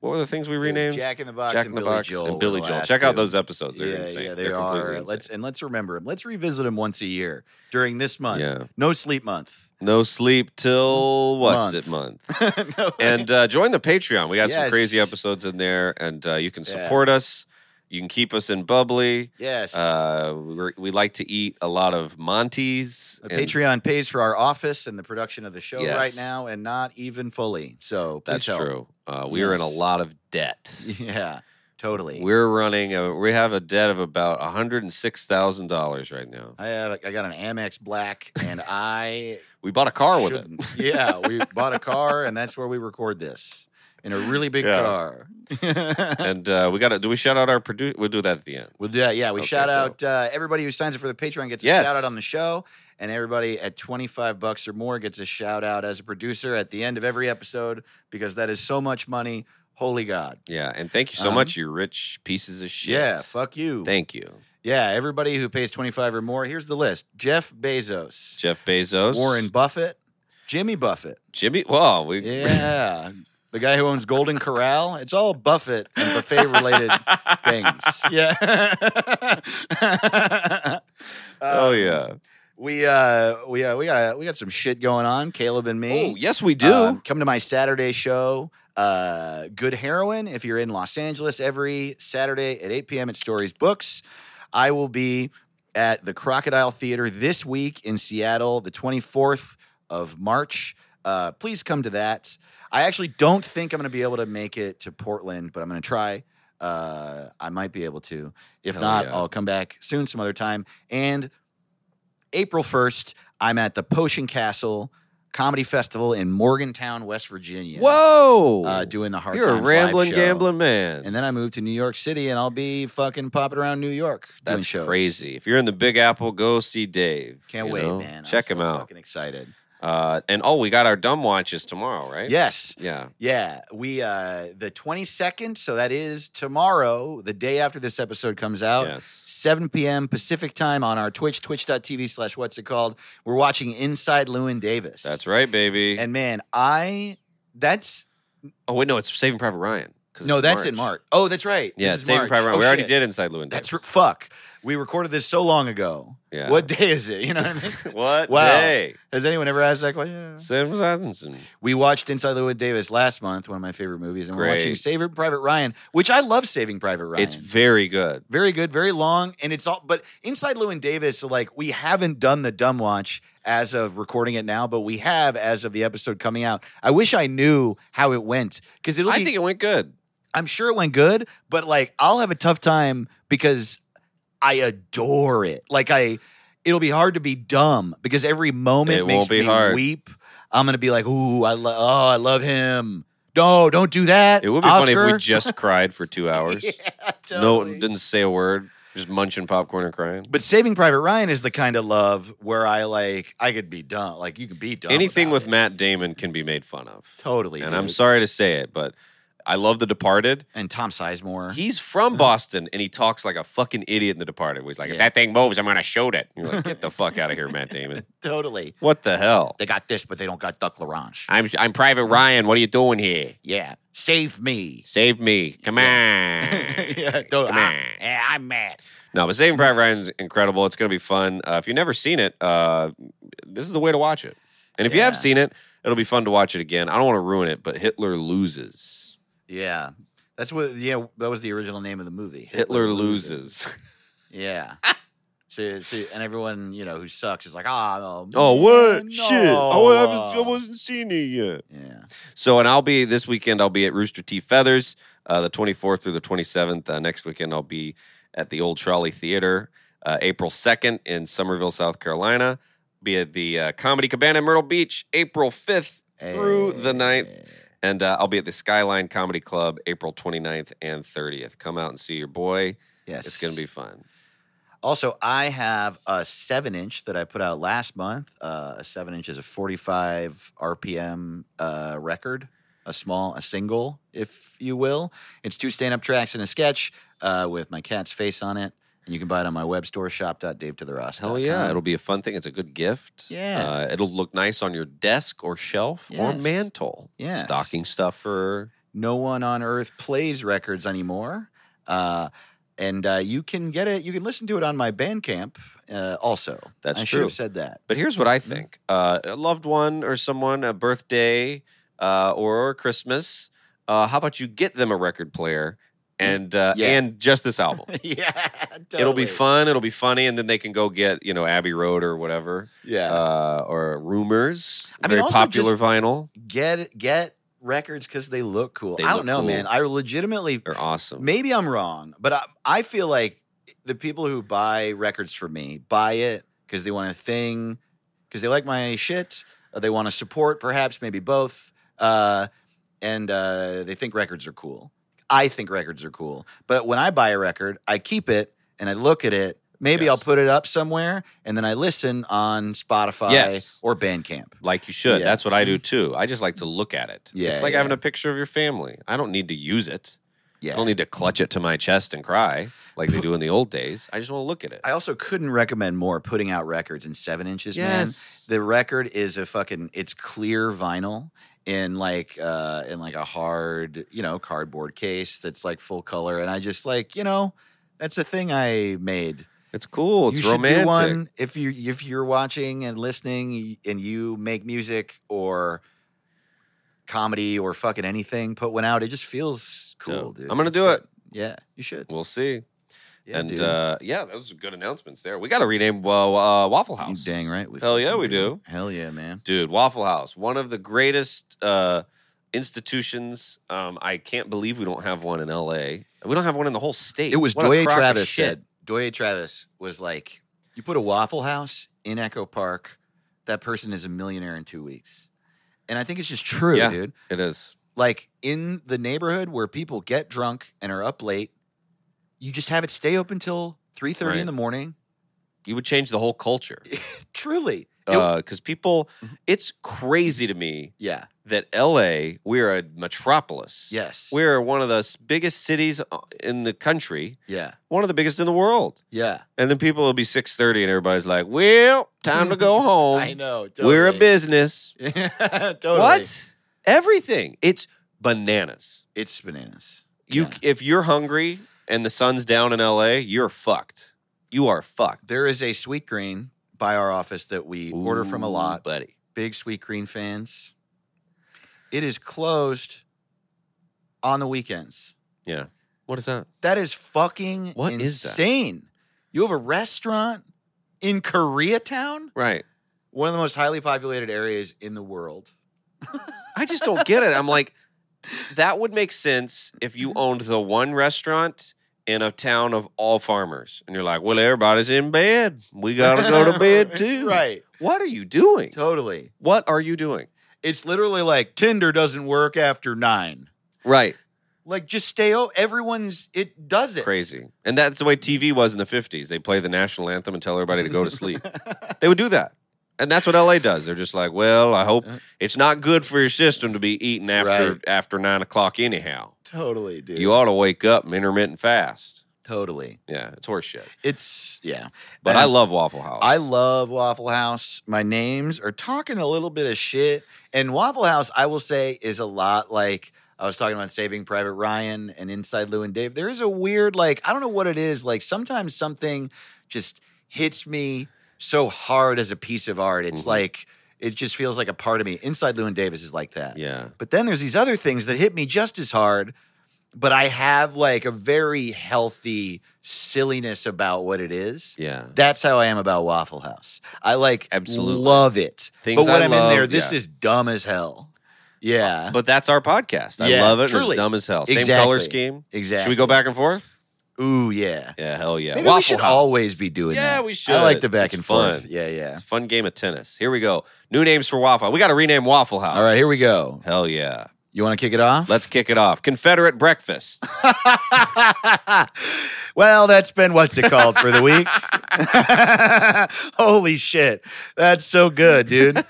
what were the things we
It was
renamed?
Jack in the Box
Jack
and
in the
Billy
Box
Joel. were
and Billy
the
Joel.
last
Check out
two.
those episodes. They're
yeah,
insane.
yeah, they
They're completely
are.
insane.
Let's and let's remember them. Let's revisit them once a year during this month.
Yeah.
No sleep month.
no sleep till what's
Month.
it month?
No.
and uh, join the Patreon. We got some
Yes.
crazy episodes in there, and uh, you can
Yeah.
support us. You can keep us in bubbly.
yes,
Uh, we're, we like to eat a lot of Monty's.
the
and
Patreon pays for our office and the production of the show
Yes.
right now, and not even fully. So please
That's
help.
true. Uh, we are in a
Yes.
lot of debt.
Yeah, totally.
We're running. A, we have a debt of about one hundred and six thousand dollars right now.
I have. I got an Amex Black, and I
We bought a car with it.
shouldn't. Yeah, we bought a car, and that's where we record this in a really big
Yeah.
car.
And uh, we got to do we shout out our producer? We'll do that at the end.
We'll do that. Yeah, we
Okay,
shout
dope.
out uh, everybody who signs up for the Patreon gets a
Yes.
shout out on the show, and everybody at twenty five bucks or more gets a shout out as a producer at the end of every episode because that is so much money. Holy God!
Yeah. And thank you so
Um,
much, you rich pieces of shit.
Yeah, fuck you.
Thank you.
Yeah, everybody who pays 25 or more. Here's the list: Jeff Bezos,
Jeff Bezos,
Warren Buffett, Jimmy Buffett.
Jimmy. Whoa, we
Yeah. The guy who owns Golden Corral, it's all Buffett and buffet related things. Yeah.
Oh
Um,
yeah.
We uh we uh, we got we got some shit going on, Caleb and me.
Oh yes, we do.
Um, come to my Saturday show, uh, Good Heroin, if you're in Los Angeles every Saturday at 8 p.m. at Stories Books. I will be at the Crocodile Theater this week in Seattle, the 24th of March. Uh, please come to that. I actually don't think I'm going to be able to make it to Portland, but I'm going to try. Uh, I might be able to. If
Hell
not,
yeah.
I'll come back soon, some other time. And April 1st, I'm at the Potion Castle Comedy Festival in Morgantown, West Virginia.
Whoa.
Uh, doing the hard
You're a
Times live
rambling,
show.
gambling man.
And then I moved to New York City, and I'll be fucking popping around New York doing
That's
shows.
crazy. If you're in the Big Apple, go see Dave.
Can't
you
wait,
know?
man. I'm
Check
so
him out.
Fucking excited.
Uh, and oh, we got our dumb watches tomorrow, right?
Yes.
Yeah.
Yeah, we uh the 22nd, so that is tomorrow, the day after this episode comes out.
Yes.
7 p.m. Pacific time on our Twitch, twitch.tv slash what's it called. We're watching Inside Lewin Davis.
That's right, baby.
And man, I that's
oh wait, no, it's Saving Private Ryan. 'cause
no,
it's
that's in March. Oh, that's right.
Yeah,
This is
Saving
March.
Private Ryan.
Oh,
we already
shit.
did Inside Lewin.
That's r-
Davis.
fuck. We recorded this so long ago.
yeah.
What day is it? You know what I mean?
what?
Wow.
day?
Has anyone ever asked that question?
Sam Robinson.
We watched Inside Lewin Davis last month, one of my favorite movies, and we're watching
Great.
Saving Private Ryan, which I love Saving Private Ryan.
It's very good.
very good, very long, and it's all. But inside Lewin Davis, like we haven't done the dumb watch as of recording it now, but we have as of the episode coming out. I wish I knew how it went because it'll.
I
be,
think it went good.
I'm sure it went good, but like I'll have a tough time because I adore it. Like I, it'll be hard to be dumb because every moment
It
makes
won't be
me
hard.
weep. I'm gonna be like, ooh, I love, oh, I love him. No, don't do that.
It would be funny if
Oscar.
we just cried for two hours.
Yeah,
No,
totally.
didn't say a word. Just munching popcorn and crying.
But Saving Private Ryan is the kind of love where I like I could be dumb. Like you could be dumb.
Anything
about
with
it.
Matt Damon can be made fun of.
Totally.
And
dude.
I'm sorry to say it, but I love The Departed.
And Tom Sizemore.
He's from Boston and he talks like a fucking idiot in The Departed. where He's like, if
Yeah.
that thing moves, I'm going to shoot it. You're like, get the fuck out of here, Matt Damon.
totally.
What the hell?
They got this, but they don't got Duck LaRange.
I'm, I'm Private Ryan. What are you doing here?
Yeah. Save me.
Save me. Come on.
yeah. Don't,
Come
I,
on.
yeah, I'm mad.
No, but Saving Private Ryan's incredible. It's going to be fun. Uh, if you've never seen it, uh, this is the way to watch it. And if you have
Yeah.
seen it, it'll be fun to watch it again. I don't want to ruin it, but Hitler loses.
Yeah. That's what yeah, that was the original name of the movie.
Hitler, loses.
Yeah. So, so, and everyone you know who sucks is like, ah, oh,
oh, what?
man,
Shit.
no."
I, haven't, I wasn't seeing it yet.
Yeah,
So, and I'll be this weekend, I'll be at Rooster Teeth Feathers uh, the 24th through the 27th. Uh, next weekend, I'll be at the Old Trolley Theater uh, April 2nd in Somerville, South Carolina. Be at the uh, Comedy Cabana in Myrtle Beach April 5th through
Eh,
the 9th.
Hey.
And uh, I'll be at the Skyline Comedy Club April 29th and 30th. Come out and see your boy.
Yes,
It's going to be fun.
Also, I have a seven inch that I put out last month. Uh, a seven inch is a 45 RPM uh, record, a small, a single, if you will. It's two stand up tracks and a sketch uh, with my cat's face on it. And you can buy it on my web store, shop.davetotherust.
Hell yeah. It'll be a fun thing. It's a good gift.
Yeah.
Uh, it'll look nice on your desk or shelf or
Yes.
mantle.
Yes.
Stocking stuffer.
No one on earth plays records anymore. Uh, and uh, you can get it, you can listen to it on my Bandcamp uh, also.
That's
I should
true.
have said that.
But here's what I
Mm-hmm.
think: uh, a loved one or someone, a birthday uh, or Christmas. Uh, how about you get them a record player and uh,
Yeah.
and just this album?
yeah.
It'll be
totally.
fun. It'll be funny, and then they can go get you know Abbey Road or whatever
Yeah.
uh, or Rumors.
I mean,
very
also
popular
just-
vinyl.
get get records because they look cool.
They
I
look
don't know,
cool.
man. I legitimately,
They're awesome.
maybe I'm wrong, but I, I feel like the people who buy records from me buy it because they want a thing, because they like my shit, or they want to support, perhaps maybe both, uh, and uh, they think records are cool. I think records are cool, but when I buy a record, I keep it and I look at it. Maybe I'll
Yes.
put it up somewhere and then I listen on Spotify
Yes.
or Bandcamp.
Like you should.
Yeah. Mm-hmm.
That's what I do too. I just like to look at it.
Yeah,
it's like
yeah.
having a picture of your family. I don't need to use it.
Yeah.
I don't need to clutch it to my chest and cry like they do in the old days. I just want to look at it.
I also couldn't recommend more putting out records in seven inches,
Yes.
man. The record is a fucking it's clear vinyl in like uh in like a hard, you know, cardboard case that's like full color. And I just like, you know, that's a thing I made.
It's cool.
you
It's
should
romantic.
do one if you if you're watching and listening and you make music or comedy or fucking anything, put one out. It just feels cool,
Dope.
dude.
I'm gonna
It's
do it.
Yeah, you should.
We'll see.
Yeah,
and
dude.
uh, yeah, those are good announcements there. We got to rename uh, uh, Waffle
you
House.
dang right. We
Hell yeah,
fucking
we do.
Hell yeah, man.
dude waffle house one of the greatest uh institutions um i can't believe we don't have one in la we don't have one in the whole state
It was
What a
Doye
crock of
Travis
shit.
said. Doye Travis was like, "You put a Waffle House in Echo Park, that person is a millionaire in two weeks." And I think it's just true,
Yeah.
dude.
it is
Like in the neighborhood where people get drunk and are up late, you just have it stay open till three thirty
Right.
in the morning.
you would change the whole culture
Truly, It-
because people
Mm-hmm.
it's crazy to me
yeah,
that la we're a metropolis
yes,
we're one of the s- biggest cities uh, in the country
yeah,
one of the biggest in the world
yeah.
and then people will be 6.30 and everybody's like well time to go home
I know.
we're a
totally.
business
totally.
What? Everything. It's bananas.
It's bananas.
You
Yeah.
if you're hungry and the sun's down in LA, you're fucked. You are fucked.
There is a sweet green by our office that we order from a
Ooh,
lot.
buddy.
big sweet green fans. It is closed on the weekends.
Yeah. What is that?
That is fucking
What is that?
insane. You have a restaurant in Koreatown,
Right.
one of the most highly populated areas in the world.
I just don't get it. I'm like that would make sense if you owned the one restaurant in a town of all farmers and you're like, "Well, everybody's in bed. We got to go to bed too."
right.
What are you doing?
Totally.
What are you doing?
It's literally like Tinder doesn't work after nine.
Right.
Like just stay o everyone's it does it.
Crazy. And that's the way TV was in the 50s. They play the national anthem and tell everybody to go to sleep. they would do that. And that's what LA does. They're just like, well, I hope it's not good for your system to be eating after
Right.
after nine o'clock anyhow.
Totally, dude.
You ought to wake up and intermittent fast.
totally.
Yeah, it's horseshit.
It's yeah.
But
And-
I love Waffle House.
I love Waffle House. My names are talking a little bit of shit. And Waffle House, I will say, is a lot like I was talking about Saving Private Ryan and Inside Lou and Dave. There is a weird, like, I don't know what it is. Like, sometimes something just hits me so hard as a piece of art. It's
Mhm.
like, it just feels like a part of me. Inside Lou and Davis is like that.
yeah.
But then there's these other things that hit me just as hard, but I have like a very healthy silliness about what it is.
Yeah.
That's how I am about Waffle House. I like
Absolutely.
love it.
Things
but when
I
am in there,
love,
this
yeah.
is dumb as hell. Yeah.
But that's our podcast. I
Yeah,
love it. and
truly.
It's dumb as hell. Same color
Exactly.
scheme.
exactly.
Should we go back and forth?
Ooh, yeah.
Yeah, hell yeah.
Maybe
Waffle
we should
House.
always be doing
Yeah,
that.
we should.
I like the back
It's
and forth.
fun.
Yeah, yeah.
It's a fun game of tennis. Here we go. New names for Waffle. House. We got to rename Waffle House.
All right, here we go.
Hell yeah.
You want to kick it off?
Let's kick it off. Confederate breakfast.
well, that's been what's it called for the week. Holy shit. That's so good, dude.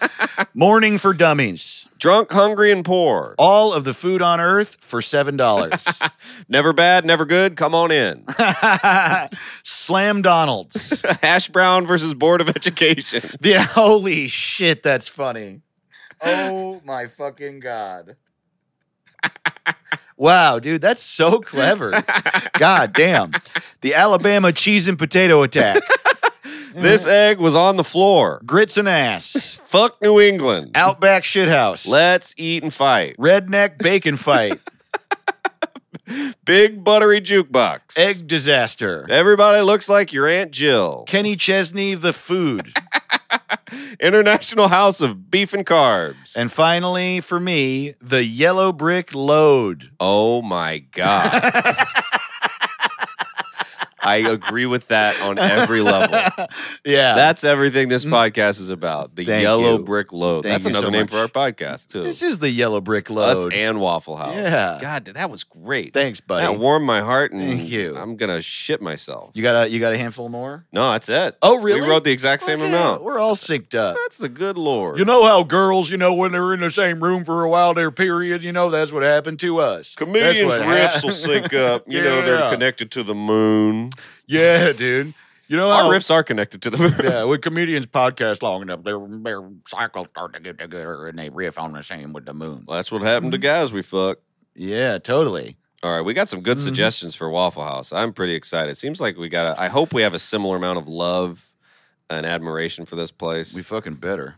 Morning for dummies.
Drunk, hungry, and poor.
All of the food on earth for $7.
Never bad, never good. Come on in.
Slam Donald's.
Hash brown versus Board of Education.
yeah, holy shit, that's funny. Oh my fucking god. Wow, dude, that's so clever. God damn. The Alabama cheese and potato attack.
This egg was on the floor.
Grits and ass.
Fuck New England.
Outback shithouse.
Let's eat and fight.
Redneck bacon fight.
Big buttery jukebox.
Egg disaster.
Everybody looks like your Aunt Jill.
Kenny Chesney the food.
International House of Beef and Carbs.
And finally, for me, the yellow brick load.
oh my God. I agree with that on every level.
yeah.
That's everything this podcast is about. The
Mm. Thank
yellow
you.
brick load.
Thank
That's
you
another
so
name
much.
for our podcast too.
this is the yellow brick
Us
load.
and Waffle House.
Yeah.
God, that was great.
Thanks, buddy.
That warmed my heart, and
Thank you.
I'm gonna shit myself.
you got a you got a handful more?
No, that's it.
Oh, really?
We wrote the exact same
Okay,
amount.
We're all synced up.
That's the good lord.
You know how girls, you know, when they're in the same room for a while, their period, you know, that's what happened to us. That's what hap-
up.
Yeah.
connected to the moon.
yeah, dude. You know how
Our riffs are connected to the moon.
Yeah, when comedians podcast long enough, their their cycles start to get together and they riff on the same with the moon.
Well, that's what happened to
Mm-hmm.
guys we fuck.
Yeah, totally.
All right, we got some good
Mhm.
suggestions for Waffle House. I'm pretty excited. Seems like we got. I hope we have a similar amount of love and admiration for this place.
We fucking better.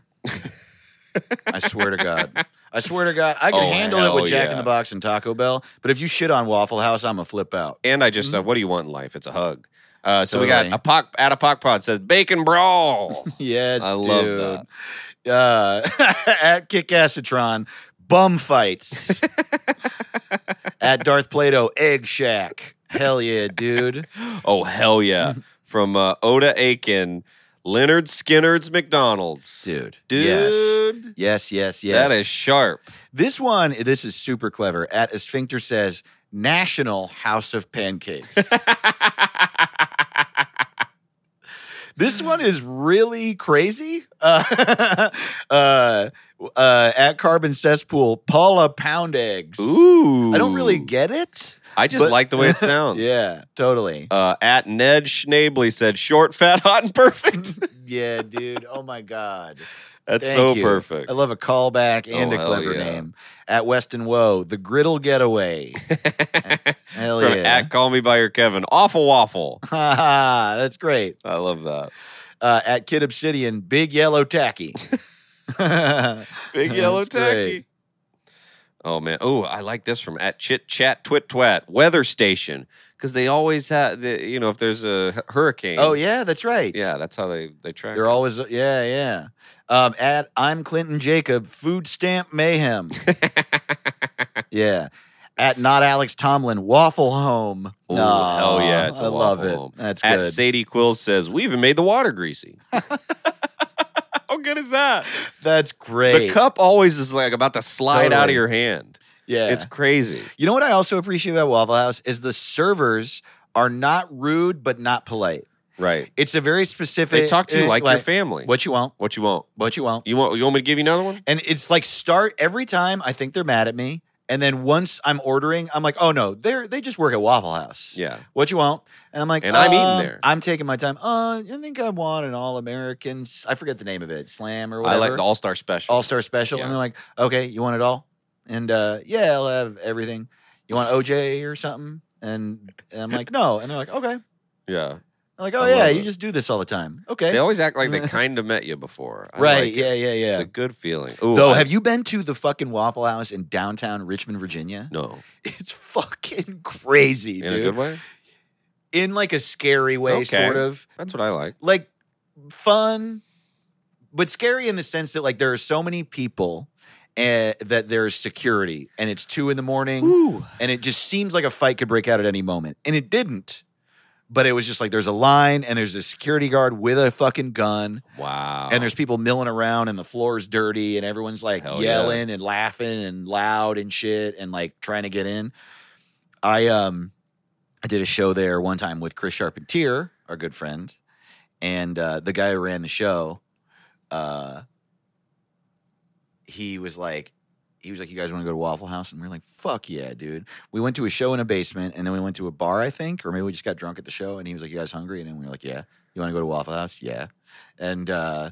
I swear to God. I swear to God, I can
Oh,
handle it
hell
with Jack in
yeah.
the Box and Taco Bell, but if you shit on Waffle House, I'm gonna flip out.
and I just said, what do you want in life? It's a hug. Uh, so we
Mm-hmm. Totally.
got a pock out of pock pod says bacon brawl.
Yes,
I
dude.
love
Uh, at Kick Acetron, bum fights. at Darth Plato, egg shack. Hell yeah, dude.
oh hell yeah! From uh, Oda Aiken, Leonard Skinner's McDonald's,
Dude. Yes.
dude.
Yes, yes, yes.
That is sharp.
This one, this is super clever. At Sphincter says, National House of Pancakes. this one is really crazy. Uh, uh, uh, at Carbon Cesspool, Paula Pound Eggs.
Ooh,
I don't really get it.
I just
but-
like the way it sounds.
Yeah, totally.
Uh, at Ned Schnabley said, "Short, fat, hot, and perfect."
yeah, dude. Oh my God.
That's
Thank
so
you.
perfect.
I love a callback and
Oh,
a
hell
clever
yeah.
name. At Weston Woe, The Griddle Getaway. Hell
From
yeah.
At Call Me by Your Kevin, awful waffle.
That's great.
I love that.
uh, at Kid Obsidian, Big Yellow Tacky. Oh,
Big yellow
That's
tacky.
great.
Oh man! Oh, I like this from at Chit Chat Twit Twat Weather Station because they always have the you know if there's a hurricane.
oh yeah, that's right.
yeah. That's how they they track.
they're
it.
always uh, yeah yeah. Um, at I'm Clinton Jacob, Food Stamp Mayhem. yeah. At not Alex Tomlin, Waffle Home.
Ooh,
Nah,
hell yeah, it's a
I love
Waffle
it.
Home.
That's
at
good.
Sadie Quill says we even made the water greasy. how good is that?
that's great.
The cup always is like about to slide out of
Totally.
your hand.
yeah,
It's crazy.
you know what I also appreciate about Waffle House is the servers are not rude but not polite.
Right.
It's a very specific.
They talk to you
eh,
like, your family.
What you want?
What you want?
What you want?
You want you want me to give you another one?
And it's like start every time I think they're mad at me. And then once I'm ordering, I'm like, oh no, they're they just work at Waffle House.
Yeah.
What you want? And I'm like,
And I'm eating
um,
there.
I'm taking my time. Uh, I think I want an All Americans. I forget the name of it, Slam or
I
whatever.
like the All Star Special.
All Star Special.
Yeah.
And they're like, okay, you want it all? And uh, yeah, I'll have everything. You want OJ or something? And, and I'm like, no. And they're like, okay. I'm
yeah.
like, oh
I
yeah,
love
you
it.
just do this all the time.
They
Okay.
always act like they kind of met you before. I
Right.
like it.
yeah. Yeah.
It's
Yeah.
a good feeling. Ooh,
Though,
I-
have you been to the fucking Waffle House in downtown Richmond, Virginia?
No.
It's fucking crazy,
In a
dude.
good way?
In like a scary way,
Okay.
sort of.
That's what I like.
Like fun, but scary in the sense that like there are so many people uh, that there's security and it's two in the morning and it just seems like a fight could break out at any moment. And it didn't. But it was just like there's a line and there's a security guard with a fucking gun
Wow.
and there's people milling around and the floor's dirty and everyone's like
Hell yeah.
yelling and laughing and loud and shit and like trying to get in. I um I did a show there one time with Chris Charpentier, our good friend, and uh, the guy who ran the show. Uh, he was like, he was like, "You guys want to go to Waffle House?" And we were like, "Fuck yeah, dude!" We went to a show in a basement, and then we went to a bar, I think, or maybe we just got drunk at the show. And he was like, "You guys hungry?" And then we were like, "Yeah." You want to go to Waffle House? Yeah. And uh,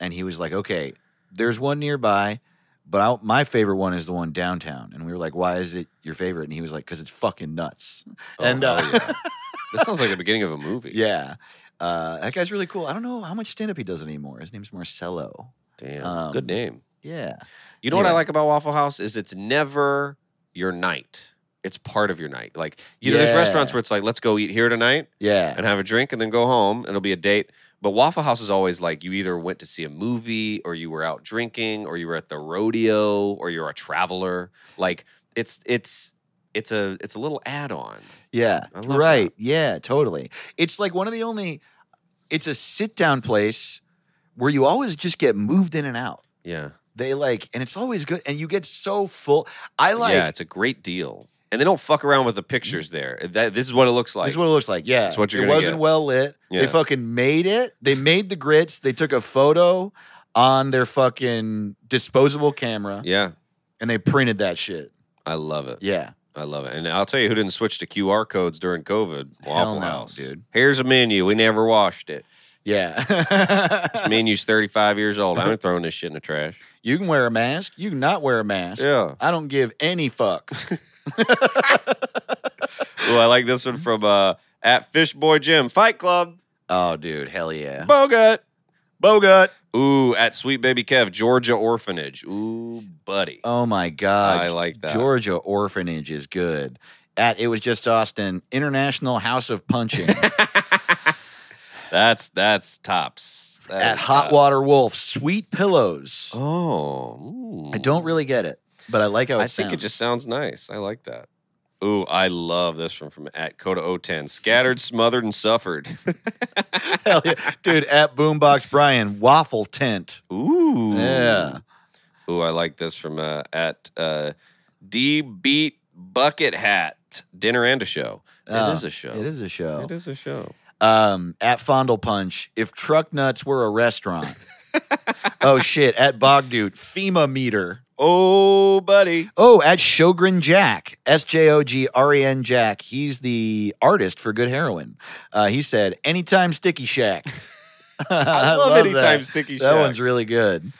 and he was like, "Okay, there's one nearby, but I, my favorite one is the one downtown." And we were like, "Why is it your favorite?" And he was like, "Cause it's fucking nuts."
Oh,
and,
hell
uh,
yeah. this sounds like the beginning of a movie.
Yeah. Uh, that guy's really cool. I don't know how much stand up he does anymore. His name's Marcelo.
Damn.
Um,
good name.
Yeah.
You know what I
anyway.
like about Waffle House is it's never your night. It's part of your night. Like you know, there's
Yeah.
restaurants where it's like, let's go eat here tonight.
Yeah.
and have a drink and then go home. It'll be a date. But Waffle House is always like you either went to see a movie or you were out drinking or you were at the rodeo or you're a traveler. Like it's it's it's a it's a little add-on.
Yeah.
I love
Right. Yeah, totally. It's like one of the only it's a sit down place where you always just get moved in and out.
Yeah.
They like and it's always good and you get so full. I like
yeah, it's a great deal. And they don't fuck around with the pictures there. That, this is what it looks like.
this is what it looks like. Yeah.
It's what you're
it
gonna
wasn't
get.
well lit.
Yeah.
They fucking made it. They made the grits. They took a photo on their fucking disposable camera
yeah.
and they printed that shit.
I love it.
Yeah.
I love it. And I'll tell you who didn't switch to QR codes during COVID.
Hell
Waffle
no,
House.
dude.
Here's a menu. We never washed it.
Yeah.
This menu's 35 years old. I ain't throwing this shit in the trash.
you can wear a mask. You can not wear a mask.
Yeah.
I don't give any fuck.
Oh, I like this one from uh, at Fishboy Jim. Fight Club.
Oh, dude, hell yeah.
Bogut. Bogut. Ooh, at Sweet Baby Kev, Georgia Orphanage. Ooh, buddy.
Oh my god.
I like that.
Georgia Orphanage is good. At it was just Austin International House of Punching
That's that's tops. That
at
is
Hot
tops.
Water Wolf Sweet Pillows.
Oh,
I don't really get it, but I like how it
I think it
sounds.
just sounds nice. I like that. Ooh, I love this one from at Coda 010. Scattered, smothered, and suffered.
Hell yeah. dude at Boombox Brian Waffle Tent.
Ooh,
Yeah.
Ooh, I like this from uh, at uh, D Beat Bucket Hat dinner and a show.
Oh,
it is a show.
It is a show.
It is a show.
um, at Fondle Punch, if truck nuts were a restaurant. oh shit! At Bogdude, FEMA meter.
Oh, buddy.
Oh, at Shogren Jack, S J O G R E N Jack. He's the artist for Good Heroin. Uh, he said, "Anytime Sticky Shack."
I, love,
that.
anytime sticky.
That
Shack.
one's really good.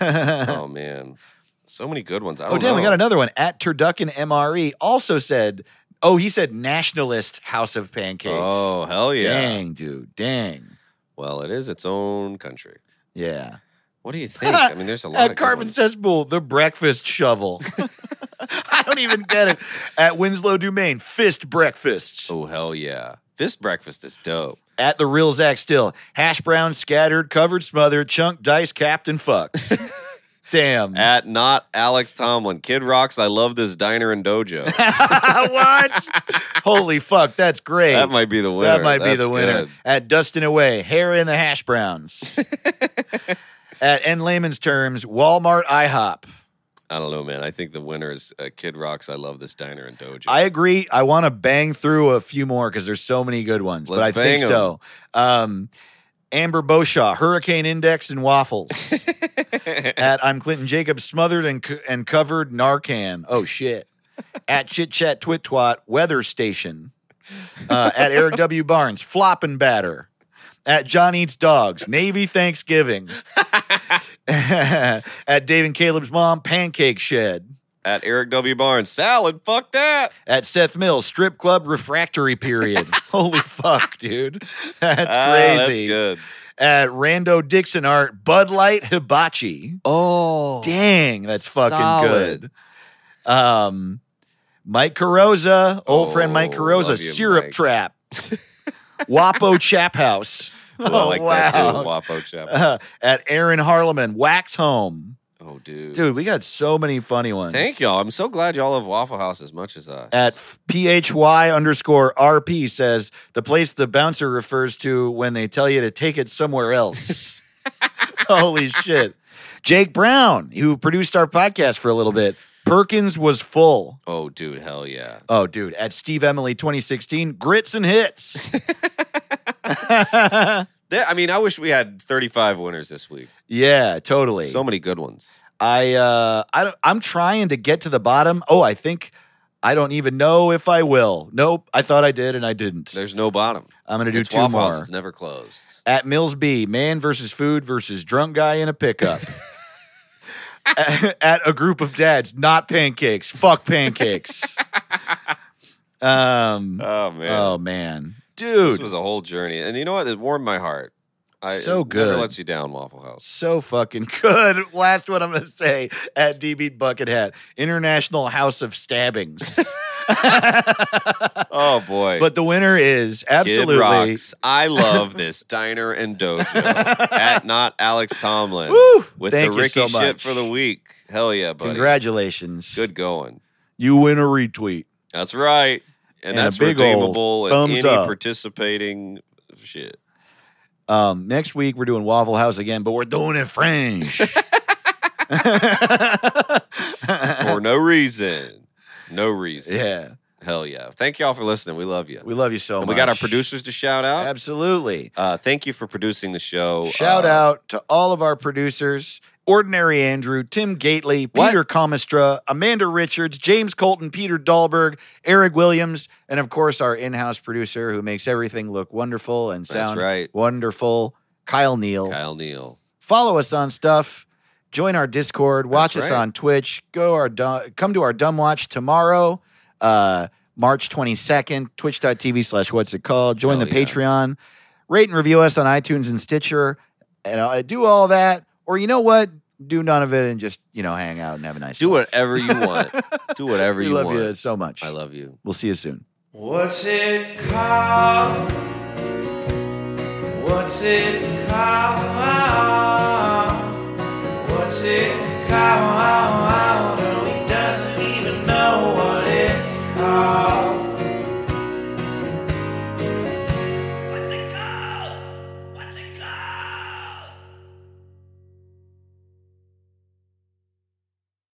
oh man, so many good ones. I
oh
don't
damn, we
know.
got another one at Turducken MRE. Also said, "Oh, he said Nationalist House of Pancakes."
Oh hell yeah!
dang, dude, dang,
Well, it is its own country.
yeah.
What do you think? I mean, there's a lot
At
of
Carbon
good ones.
Cesspool, the breakfast shovel. I don't even get it. At Winslow Dumain, fist breakfasts.
Oh hell yeah! Fist breakfast is dope.
At the real Zach Still, hash brown, scattered, covered, smothered, chunk, dice, capped, and fucked. Damn.
At not Alex Tomlin, Kid Rocks. I love this diner and dojo.
what? Holy fuck, that's great.
that might be the winner.
That might be
That's
the winner.
good.
At Dustin Away, hair in the hash browns. At in layman's terms, Walmart IHOP.
I don't know, man. I think the winner is uh, Kid Rocks. I love this diner and dojo.
I agree. I want to bang through a few more because there's so many good ones, but
Let's
I think
bang 'em.
so. Um, Amber Boshaw, Hurricane Index and Waffles. At I'm Clinton Jacobs, smothered and, co- and covered Narcan. Oh, shit. At Chit Chat Twit Twat, Weather Station. Uh, at Eric W. Barnes, Flop and Batter. At John Eats Dogs, Navy Thanksgiving. at Dave and Caleb's Mom, Pancake Shed.
At Eric W. Barnes, salad. Fuck that.
at Seth Mills strip club refractory period. Holy fuck, dude. That's
Ah, That's
crazy.
good.
At Rando Dixon Art, Bud Light Hibachi.
Oh,
Dang, that's fucking
solid.
good. Um Mike Carosa, old friend Mike
Oh, love
Carosa,
you,
Syrup
Mike.
Trap. Wapo Chap House.
I like that too.
Oh, wow.
Wapo Chap.
Uh, at Aaron Harleman, Wax Home.
oh, dude.
Dude, we got so many funny ones.
Thank y'all. I'm so glad y'all love Waffle House as much as us.
at f- phy underscore rp says the place the bouncer refers to when they tell you to take it somewhere else. Holy shit! Jake Brown, who produced our podcast for a little bit, Perkins was full.
oh, dude. Hell yeah.
Oh, dude! At Steve Emily 2016, grits and hits.
That- I mean, I wish we had 35 winners this week.
yeah, totally.
So many good ones.
I uh I don't I'm trying to get to the bottom. Oh, I think I don't even know if I will. Nope, I thought I did and I didn't.
There's no bottom.
I'm gonna do
It's
two
Waffle
more.
House. It's never closed.
At Mills B, man versus food versus drunk guy in a pickup. at, at a group of dads, not pancakes. Fuck pancakes. um.
Oh, man.
Oh man,
This
dude,
was a whole journey. And you know what? It warmed my heart. I,
So
it Never
good.
lets you down, Waffle House.
so fucking good. Last one I'm gonna say at D Beat Bucket Hat, International House of Stabbings.
Oh, boy.
but the winner is
Kid
absolutely.
Rocks. I love this diner and dojo at not Alex Tomlin
Woo!
with
Thank
the
you
Ricky
so much
shit for the week. Hell yeah, buddy.
Congratulations.
Good going.
You win a retweet.
That's right. And,
And a
that's
big old
redeemable at
thumbs
any
up.
participating shit.
Um, next week we're doing Waffle House again, but we're doing it French.
For no reason. No reason.
yeah,
Hell yeah. Thank y'all for listening. We love you.
we love you so
and
much.
we got our producers to shout out.
Absolutely.
Uh, thank you for producing the show.
Shout
Uh,
out to all of our producers: Ordinary Andrew, Tim Gately,
What?
Peter Comestra, Amanda Richards, James Colton, Peter Dahlberg, Eric Williams, and of course our in-house producer who makes everything look wonderful and
That's
sound
right.
wonderful, Kyle Neal.
Kyle Neal.
follow us on stuff join our discord watch
That's
us
right.
on twitch go our du- come to our dumb watch tomorrow uh march 22nd twitch.tv slash what's it called join
Hell
the
yeah.
patreon rate and review us on itunes and stitcher and uh, do all that or you know what do none of it and just you know hang out and have a nice
Do
time.
whatever you want. Do whatever
we
you
love
want.
you so much
I love you.
we'll see you soon
What's it called? What's it called? Oh,